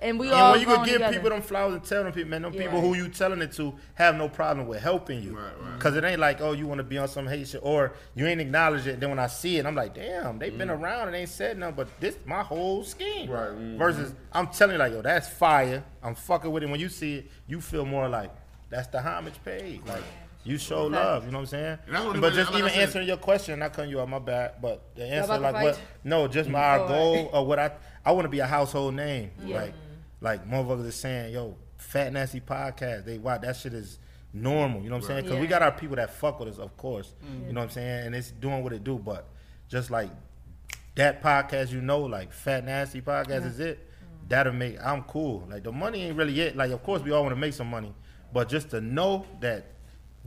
S1: and we
S4: and
S1: all.
S4: when you
S1: grown
S4: can give
S1: together.
S4: people them flowers and tell them people, man, them
S1: Yeah.
S4: people who you telling it to have no problem with helping you, because it ain't like, oh, you want to be on some hate shit, or you ain't acknowledge it. Then when I see it, I'm like, damn, they been
S8: Mhm.
S4: around and ain't said nothing, but this my whole scheme. Right.
S8: mm-hmm.
S4: Versus, I'm telling you, like, yo, that's fire. I'm fucking with it. When you see it, you feel more like that's the homage paid. Like. You show
S8: Okay.
S4: love, you know what I'm saying?
S8: And that's what it
S4: but
S8: is,
S4: just
S8: like I
S4: even
S8: said.
S4: answering your question, I cut you out my bad. But the answer,
S8: about to
S4: like
S8: fight?
S4: what? No, just my
S8: Oh,
S4: goal or what I I want to be a household name.
S8: Yeah.
S4: Like like motherfuckers are saying, yo, Fat Nasty Podcast, they watch that shit is normal. You know what I'm saying? Because we
S8: Yeah.
S4: got our people that fuck with us, of course.
S8: Mhm.
S3: Mm-hmm.
S4: You know what I'm saying? And it's doing what it do, but just like that podcast, you know, like Fat Nasty Podcast
S8: Yeah.
S4: is it. That'll make I'm cool. Like the money ain't really it. Like of course we all want to make some money, but just to know that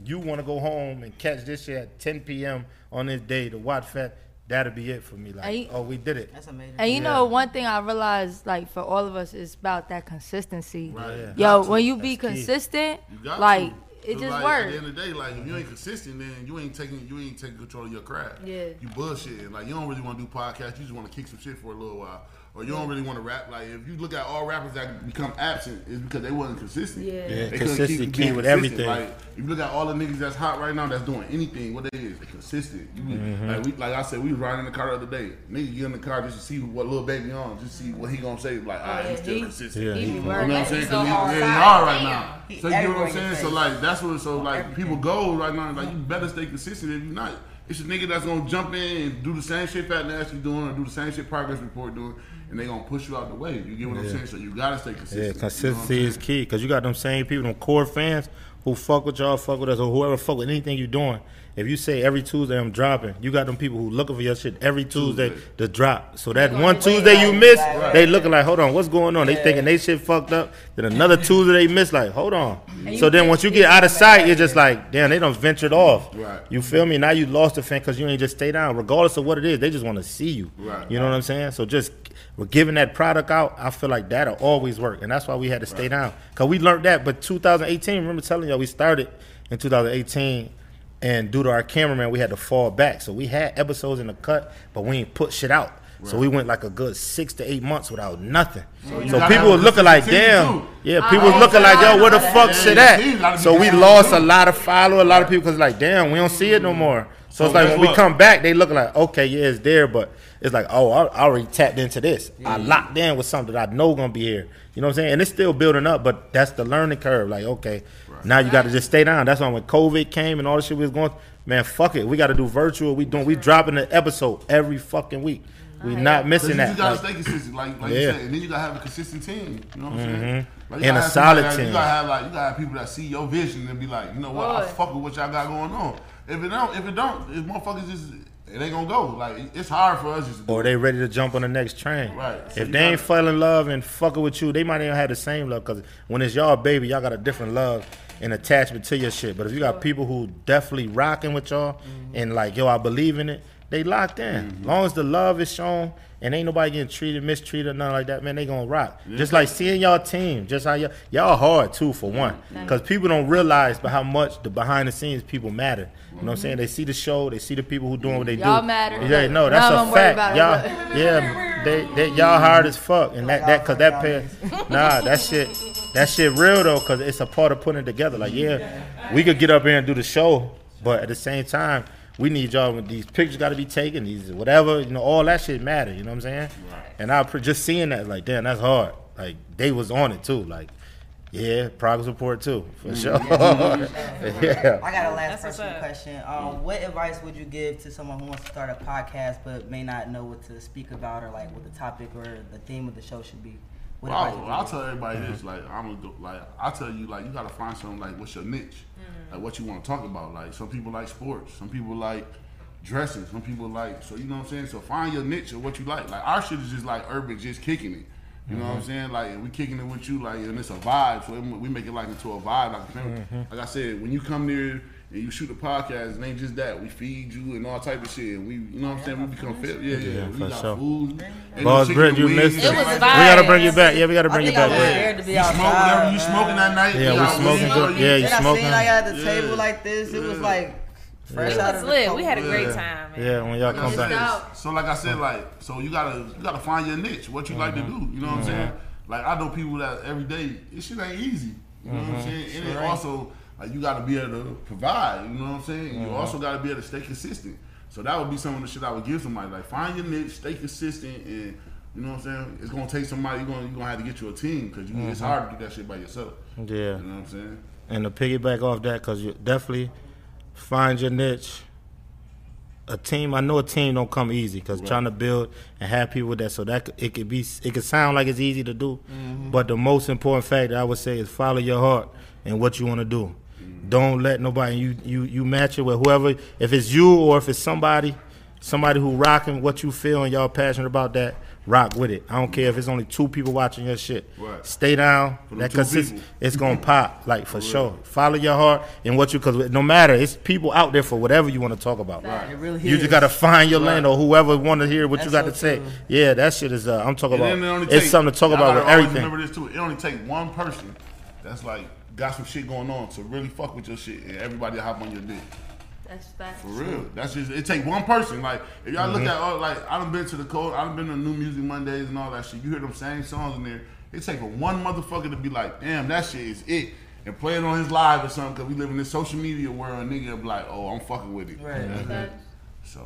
S4: you want to go home and catch this shit at 10 p.m. on this day to watch Fat. That'll be it for me. Like,
S1: And you-
S4: oh, we did it. That's
S6: amazing.
S1: And you know, one thing I realized, like for all of us, is about that consistency.
S3: Right. Yeah.
S1: Yo,
S3: Got to.
S1: when you be
S3: That's key.
S1: consistent,
S3: You got
S1: like
S3: to.
S1: it
S3: 'Cause,
S1: just
S3: like, At
S1: works.
S3: the end of the day, like if you ain't consistent, then you ain't taking you ain't taking control of your craft.
S1: Yeah.
S3: You bullshitting. Like you don't really want to do podcasts. You just want to kick some shit for a little while, or you don't really want to rap. Like if you look at all rappers that become absent, it's because they wasn't consistent.
S8: Yeah. Yeah,
S3: they couldn't
S4: consistent
S3: keep
S4: key
S3: being
S4: with
S3: consistent.
S4: everything.
S3: Like if you look at all the niggas that's hot right now, that's doing anything, what they is, they consistent. You,
S4: Mhm.
S3: like, we, like I said, we was riding in the car the other day. Nigga, get in the car just to see what little baby on, just see what he gonna say. Like, ah,
S8: yeah,
S3: he's still
S8: he-
S3: consistent.
S8: Yeah. he be
S3: You know what
S8: working.
S3: I'm saying?
S8: He's
S3: 'Cause
S8: so
S3: he-
S8: hard.
S3: yeah, he hard right
S8: Damn.
S3: now.
S8: He
S3: So you know what I'm
S8: everywhere
S3: saying?
S8: in
S3: So
S8: your
S3: like that's what so like people go right now. Like you better stay consistent if you not. It's a nigga that's gonna jump in and do the same shit Fat Nasty doing or do the same shit Progress Report doing, and they gonna push you out the way. You get what I'm
S4: Yeah.
S3: saying? So you gotta stay consistent.
S4: Yeah,
S3: you know what I'm
S4: consistency
S3: saying?
S4: is key because you got them same people, them core fans who fuck with y'all, fuck with us, or whoever fuck with anything you doing. If you say every Tuesday I'm dropping, you got them people who looking for your shit every Tuesday, to drop. So that one Tuesday you miss, they looking like, hold on, what's going on? They thinking they shit fucked up. Then another Tuesday they miss, like, hold on.
S8: And
S4: So
S8: you
S4: then
S8: miss
S4: once you
S8: it,
S4: get
S8: you
S4: out of
S8: come
S4: sight, you're just like, damn, they done ventured off.
S8: Right.
S4: You feel me? Now you lost the fan because you ain't just stay down. Regardless of what it is, they just want to see you.
S8: Right.
S4: You know what I'm saying? So just we're giving that product out. I feel like that'll always work, and that's why we had to stay down because we learned that. But 2018, remember telling y'all we started in 2018, and due to our cameraman, we had to fall back. So we had episodes in the cut, but we ain't put shit out. So we went like a good six to eight months without nothing.
S8: So you
S4: So,
S8: gotta
S4: people
S8: have
S4: were looking like,
S8: consistency
S4: damn,
S8: too.
S4: yeah.
S8: I
S4: People was
S8: also
S4: looking like, yo,
S8: gotta
S4: where the
S8: know that.
S4: fuck shit at?
S8: Yeah,
S4: So we
S8: gotta be
S4: lost a lot of follower, a lot of people because like, damn, we don't see it no more. So it's
S8: So
S4: like
S8: guess
S4: when we
S8: what?
S4: come back, they look like, okay, yeah, it's there, but it's like, oh, I, I already tapped into this. I locked in with something that I know gonna be here. You know what I'm saying? And it's still building up, but that's the learning curve. Like, okay, now you got to just stay down. That's why when COVID came and all the shit we was going, man, fuck it, we got to do virtual. We doing, we dropping an episode every fucking week. We not missing
S3: But You
S4: that.
S3: just gotta
S4: Like,
S3: stay consistent, like, like you
S4: Yeah.
S3: said, and then you gotta have a consistent team. You know what I'm
S4: Mhm.
S3: saying? Like, you
S4: And
S3: gotta
S4: a
S3: have
S4: solid
S3: somebody that-
S4: team.
S3: You gotta have like you gotta have people that see your vision and be like, you know what, I
S8: Right.
S3: fuck with what y'all got going on. If it don't, if it don't, if motherfuckers just it ain't gonna go. Like it's hard for us. Just,
S4: or they ready to jump on the next train.
S3: Right. So
S4: if
S3: you
S4: they ain't fell in love and fucking with you, they might even have the same love. Cause when it's y'all baby, y'all got a different love and attachment to your shit. But if you got people who definitely rocking with y'all and like, yo, I believe in it, they locked in. Long as the love is shown and ain't nobody getting treated, mistreated, or nothing like that, man, they gonna rock. Just like seeing y'all team, just how y'all y'all hard too for one. Cause people don't realize but how much the behind the scenes people matter. You know what I'm saying? They see the show, they see the people who doing what they
S1: Y'all
S4: do.
S1: matter.
S4: Yeah, no, that's
S1: Now
S4: a
S1: I'm worried about
S4: fact.
S1: it.
S4: Y'all, yeah, they, they y'all hard as fuck, and that that cause that pair, nah, that shit, that shit real though, cause it's a part of putting it together. Like, yeah, we could get up here and do the show, but at the same time, we need y'all. when These pictures got to be taken. These whatever, you know, all that shit matter. You know what I'm saying? And I pre- just seeing that, like, damn, that's hard. Like they was on it too. Like, yeah, progress report too, for sure. Mm-hmm. yeah.
S6: I got a last personal question. Um, what advice would you give to someone who wants to start a podcast but may not know what to speak about or like what the topic or the theme of the show should be? What
S3: Well,
S6: advice would
S3: I'll,
S6: you
S3: Oh, I'll
S6: give?
S3: tell everybody this. Like I'm a, like I tell you like you gotta find something like what's your niche, like what you want to talk about. Like some people like sports, some people like dresses. Some people like so you know what I'm saying. So find your niche of what you like. Like our shit is just like urban, just kicking it. You know what I'm
S14: Mhm.
S3: saying? Like and we kicking it with you, like and it's a vibe. So it- we make it like into a vibe. Like,
S14: Mhm.
S3: like I said, when you come there and you shoot a podcast, it ain't just that. We feed you and all type of shit. And we, you know what I'm saying? We become fit. Yeah, yeah.
S4: Yeah,
S3: we
S4: for
S3: got
S4: sure.
S3: food. And
S4: Boss
S3: chicken
S4: Britt, you
S3: wings
S4: missed
S3: and
S4: it.
S3: shit
S4: It was
S3: like
S4: vibes. We gotta bring you back. Yeah, we gotta bring you back.
S6: scared to be
S3: You smoke
S6: outside,
S3: whatever you smoking that night.
S4: Yeah, we
S3: y'all
S4: smoking
S3: really
S4: good.
S3: good.
S4: Yeah, you
S6: Then I
S4: smoking.
S6: seen I had the
S3: Yeah.
S6: table like this. It was like fresh
S5: It
S6: out
S5: was
S6: of
S5: lit.
S6: The
S5: We had a great
S6: cold.
S5: time,
S4: Yeah, when y'all
S3: Like I
S4: come
S3: said,
S4: back.
S3: So like I said, like so you gotta you gotta find your niche, what you like to do. You know what I'm
S4: Mhm.
S3: saying? Like I know people that every day this shit ain't easy. You know what I'm
S4: Mhm.
S3: saying? And
S4: Sure
S3: it
S4: ain't.
S3: also like you gotta be able to provide. You know what I'm saying? You
S4: Mhm.
S3: also gotta be able to stay consistent. So that would be some of the shit I would give somebody. Like find your niche, stay consistent, and you know what I'm saying? It's gonna take somebody. You are gonna you gonna have to get you a team because you it's
S4: Mhm.
S3: hard to do that shit by yourself.
S4: Yeah.
S3: You know what I'm saying?
S4: And to piggyback off that, because you definitely find your niche. A team, I know a team don't come easy because
S14: Right.
S4: trying to build and have people that so that c- it could be it could sound like it's easy to do,
S14: Mhm.
S4: but the most important factor I would say is follow your heart and what you want to do. Don't let nobody you you you match it with whoever if it's you or if it's somebody somebody who rocking what you feel and y'all passionate about that rock with it. I don't care if it's only two people watching your shit.
S14: Right.
S4: Stay down.
S14: For them
S4: That
S14: two
S4: consist-
S14: people.
S4: it's gonna pop like for sure. Follow your heart and what you because no matter it's people out there for whatever you want to talk about.
S6: Right. It really
S4: you
S6: is.
S4: just gotta find your
S6: Right.
S4: lane or whoever want to hear what you got
S6: That's
S4: to
S6: so
S4: say.
S6: true.
S4: Yeah, that shit is. Uh, I'm talking
S3: And then it
S4: about.
S3: only
S4: It's
S3: take-
S4: something to talk
S3: y'all
S4: about with
S3: gotta always
S4: everything.
S3: Remember this too. It only take one person that's like got some shit going on to really fuck with your shit, and everybody hop on your dick.
S1: That's facts.
S3: For real, that's just it. Take one person. Like if y'all look
S14: Mhm.
S3: at all, like I done been to the code, I done been to New Music Mondays and all that shit. You hear them same songs in there. It take one motherfucker to be like, damn, that shit is it, and play it on his live or something. Cause we live in this social media world, and nigga be like, oh, I'm fucking with it.
S14: Right.
S3: Mhm.
S14: Facts.
S3: So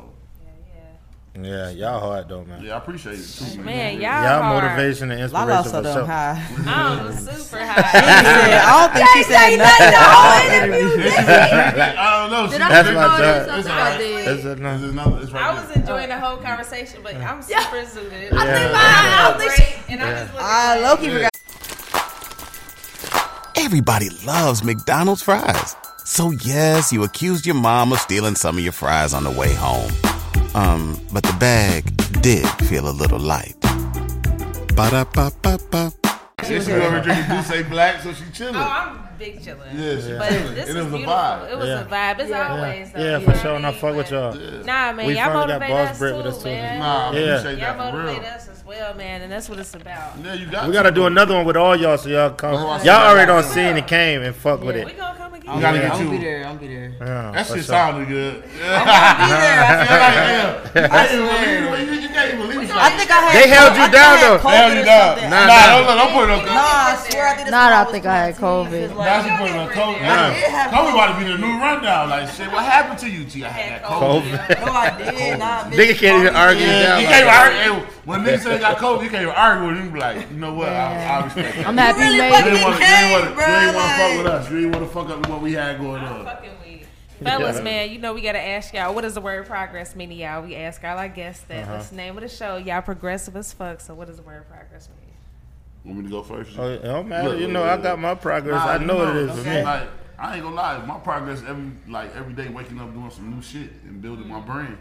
S4: Yeah, y'all hard though, man.
S3: yeah, I appreciate it too, man.
S5: Man, y'all
S4: Y'all
S5: hard.
S4: motivation and
S6: Lala
S4: inspiration
S6: so
S4: for
S6: damn
S4: sure.
S6: high.
S5: I'm super
S6: She said-
S5: high.
S6: I don't think she
S5: Jay,
S6: said
S5: Jay,
S6: nothing.
S5: the whole interview.
S3: I don't know.
S5: Did
S3: She
S5: I
S3: drank
S5: drink
S3: all
S5: all
S3: that.
S5: this or
S3: It's
S5: something?
S3: all right.
S5: I did.
S4: That's
S3: There's another- it's right
S5: I
S3: there.
S5: was enjoying the whole conversation, but I'm super zooted.
S4: I think
S5: I don't think she. And I
S4: Yeah.
S5: just
S6: I low key forgot.
S12: Everybody loves McDonald's fries. So yes, you accused your mom of stealing some of your fries on the way home. Um, but the bag did feel a little light. Ba-da-ba-ba-ba.
S3: She was over drinking Douce Black, so she chilling.
S5: Oh, I'm big chilling.
S3: Yeah, she
S5: But
S3: chilling.
S5: this
S3: It
S5: was
S3: was a
S5: beautiful.
S3: vibe.
S5: It was
S4: Yeah.
S5: a vibe. It's always though.
S4: Yeah,
S5: you
S4: for
S5: know
S4: sure.
S5: what
S4: And
S5: I
S4: I
S5: mean?
S4: fuck with y'all.
S5: Nah, man,
S4: we
S5: y'all
S4: finally got
S5: motivate
S4: Boss
S5: us
S4: Britt
S5: too,
S4: with us too.
S5: man.
S3: Nah, I appreciate
S4: yeah.
S3: that.
S5: Y'all
S3: for
S5: motivate
S3: real.
S5: us as well, man, and that's what it's about.
S3: Yeah, you got.
S4: We gotta do another one with all y'all, so y'all come.
S3: That's why I said
S4: Y'all
S3: that.
S4: already on scene and came and fuck with it.
S5: We gonna come again.
S3: We gotta get
S6: I'm
S3: you.
S6: gonna be there. I'm gonna be there.
S4: Yeah,
S3: that
S4: for
S3: shit
S4: sure.
S3: sounded
S4: I
S3: good. I feel like,
S4: swear.
S3: damn. I didn't believe it. You can't believe it.
S6: I think I had.
S4: They held you
S6: I think
S4: down,
S6: I had
S4: though.
S6: COVID
S4: They held you
S6: or
S4: down.
S6: something.
S4: Nah, nah, don't- don't
S3: put it on
S6: Nah, I swear I did.
S1: Not I think I had COVID.
S3: That's what put it on Kobe.
S6: I did have
S3: Kobe about to be the new rundown. Like, shit, what happened to you, G? I had that
S4: Kobe.
S3: COVID.
S6: No, I did not.
S4: Nigga can't even argue
S3: Yeah,
S4: down.
S3: You
S4: like
S3: can't
S4: that.
S3: argue. hey, When niggas say they got COVID, you can't even argue with them. Be like, you know what? I, I respect that.
S1: I'm happy you
S3: you
S1: made it.
S3: didn't wanna- You ain't want to
S1: Came,
S3: fuck with us. You ain't want to fuck up what we had going on.
S5: Fellas,
S3: Yeah.
S5: man, you know we gotta ask y'all what does the word progress mean to y'all? We ask all our guests that.
S3: Uh-huh.
S5: That's the name of the show. Y'all progressive as fuck. So what does the word progress mean?
S3: Want me to go first?
S4: Oh, it don't matter. You know, I got my progress. I
S3: you
S4: know what it is for
S3: okay,
S4: me.
S3: Like, I ain't gonna lie, my progress every like every day waking up doing some new shit and building my brand.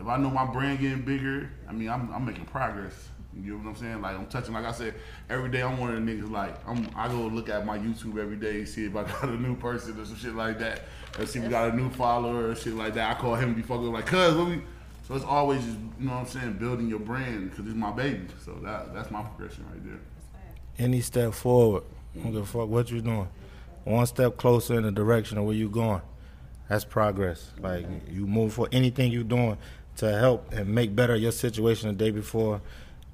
S3: If I know my brand getting bigger, I mean I'm, I'm making progress. You know what I'm saying? Like I'm touching. Like I said, every day I'm one of the niggas. Like I'm, I go look at my YouTube every day, see if I got a new person or some shit like that, or see if we got a new follower or shit like that. I call him and be fucking like, cuz what we. So it's always just, you know what I'm saying, building your brand because it's my baby. So that that's my progression right there.
S4: Any step forward, I don't give a fuck what you doing. One step closer in the direction of where you going. That's progress. Like you move for anything you doing to help and make better your situation the day before.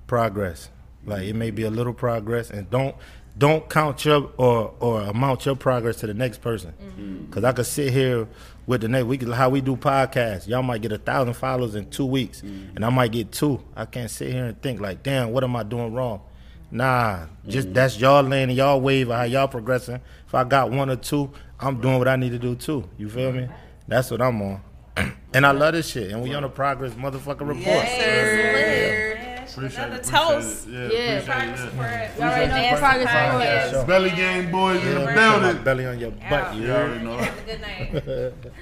S4: Progress. Like it may be a little progress, and don't don't count your or or amount your progress to the next person. Cause I could sit here with the next we could how we do podcasts. Y'all might get a thousand followers in two weeks, and I might get two. I can't sit here and think like, damn, what am I doing wrong? Nah, just that's y'all lane and y'all wave of how y'all progressing. If I got one or two, I'm doing what I need to do too. You feel me? That's what I'm on. and I love this shit. And we on the progress motherfucking report.
S3: Appreciate
S5: Another
S3: it,
S5: toast.
S3: appreciate it. Yeah,
S5: Progress
S3: appreciate
S5: report.
S3: it.
S5: Y'all already know
S3: Appreciate
S5: progress
S3: it.
S5: report.
S3: Podcast.
S5: Yes.
S3: Belly game boys in the
S4: Yeah, put my
S3: building.
S4: Belly on your butt.
S5: Out.
S4: You
S3: You already
S4: heard?
S3: know.
S5: Have a good night.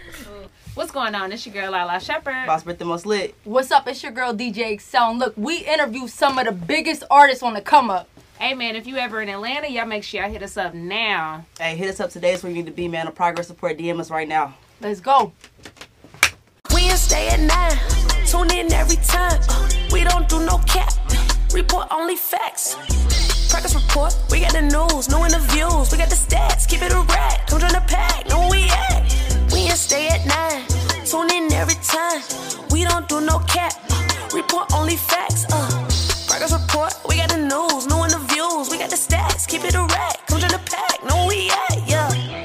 S5: What's going on? It's your girl Lala Shepherd.
S6: Boss Brit the most lit.
S7: What's up? It's your girl DJ Excel. And look, we interview some of the biggest artists on the come up.
S5: Hey man, if you ever in Atlanta, y'all make sure y'all hit us up now.
S6: Hey, hit us up today. It's where you need to be, man. A progress support. DM us right now.
S7: Let's go.
S2: Wednesday at nine. Tune in every time. Uh, We don't do no cap. Report only facts. Progress report. We got the news, new interviews. We got the stats. Keep it a rack. Come join the pack. Know where we at. Wednesday at nine. Tune in every time. We don't do no cap. Uh, Report only facts. Uh. Progress report. We got the news, new interviews. We got the stats. Keep it a rack. Come join the pack. Know where we at. Yeah. Yeah.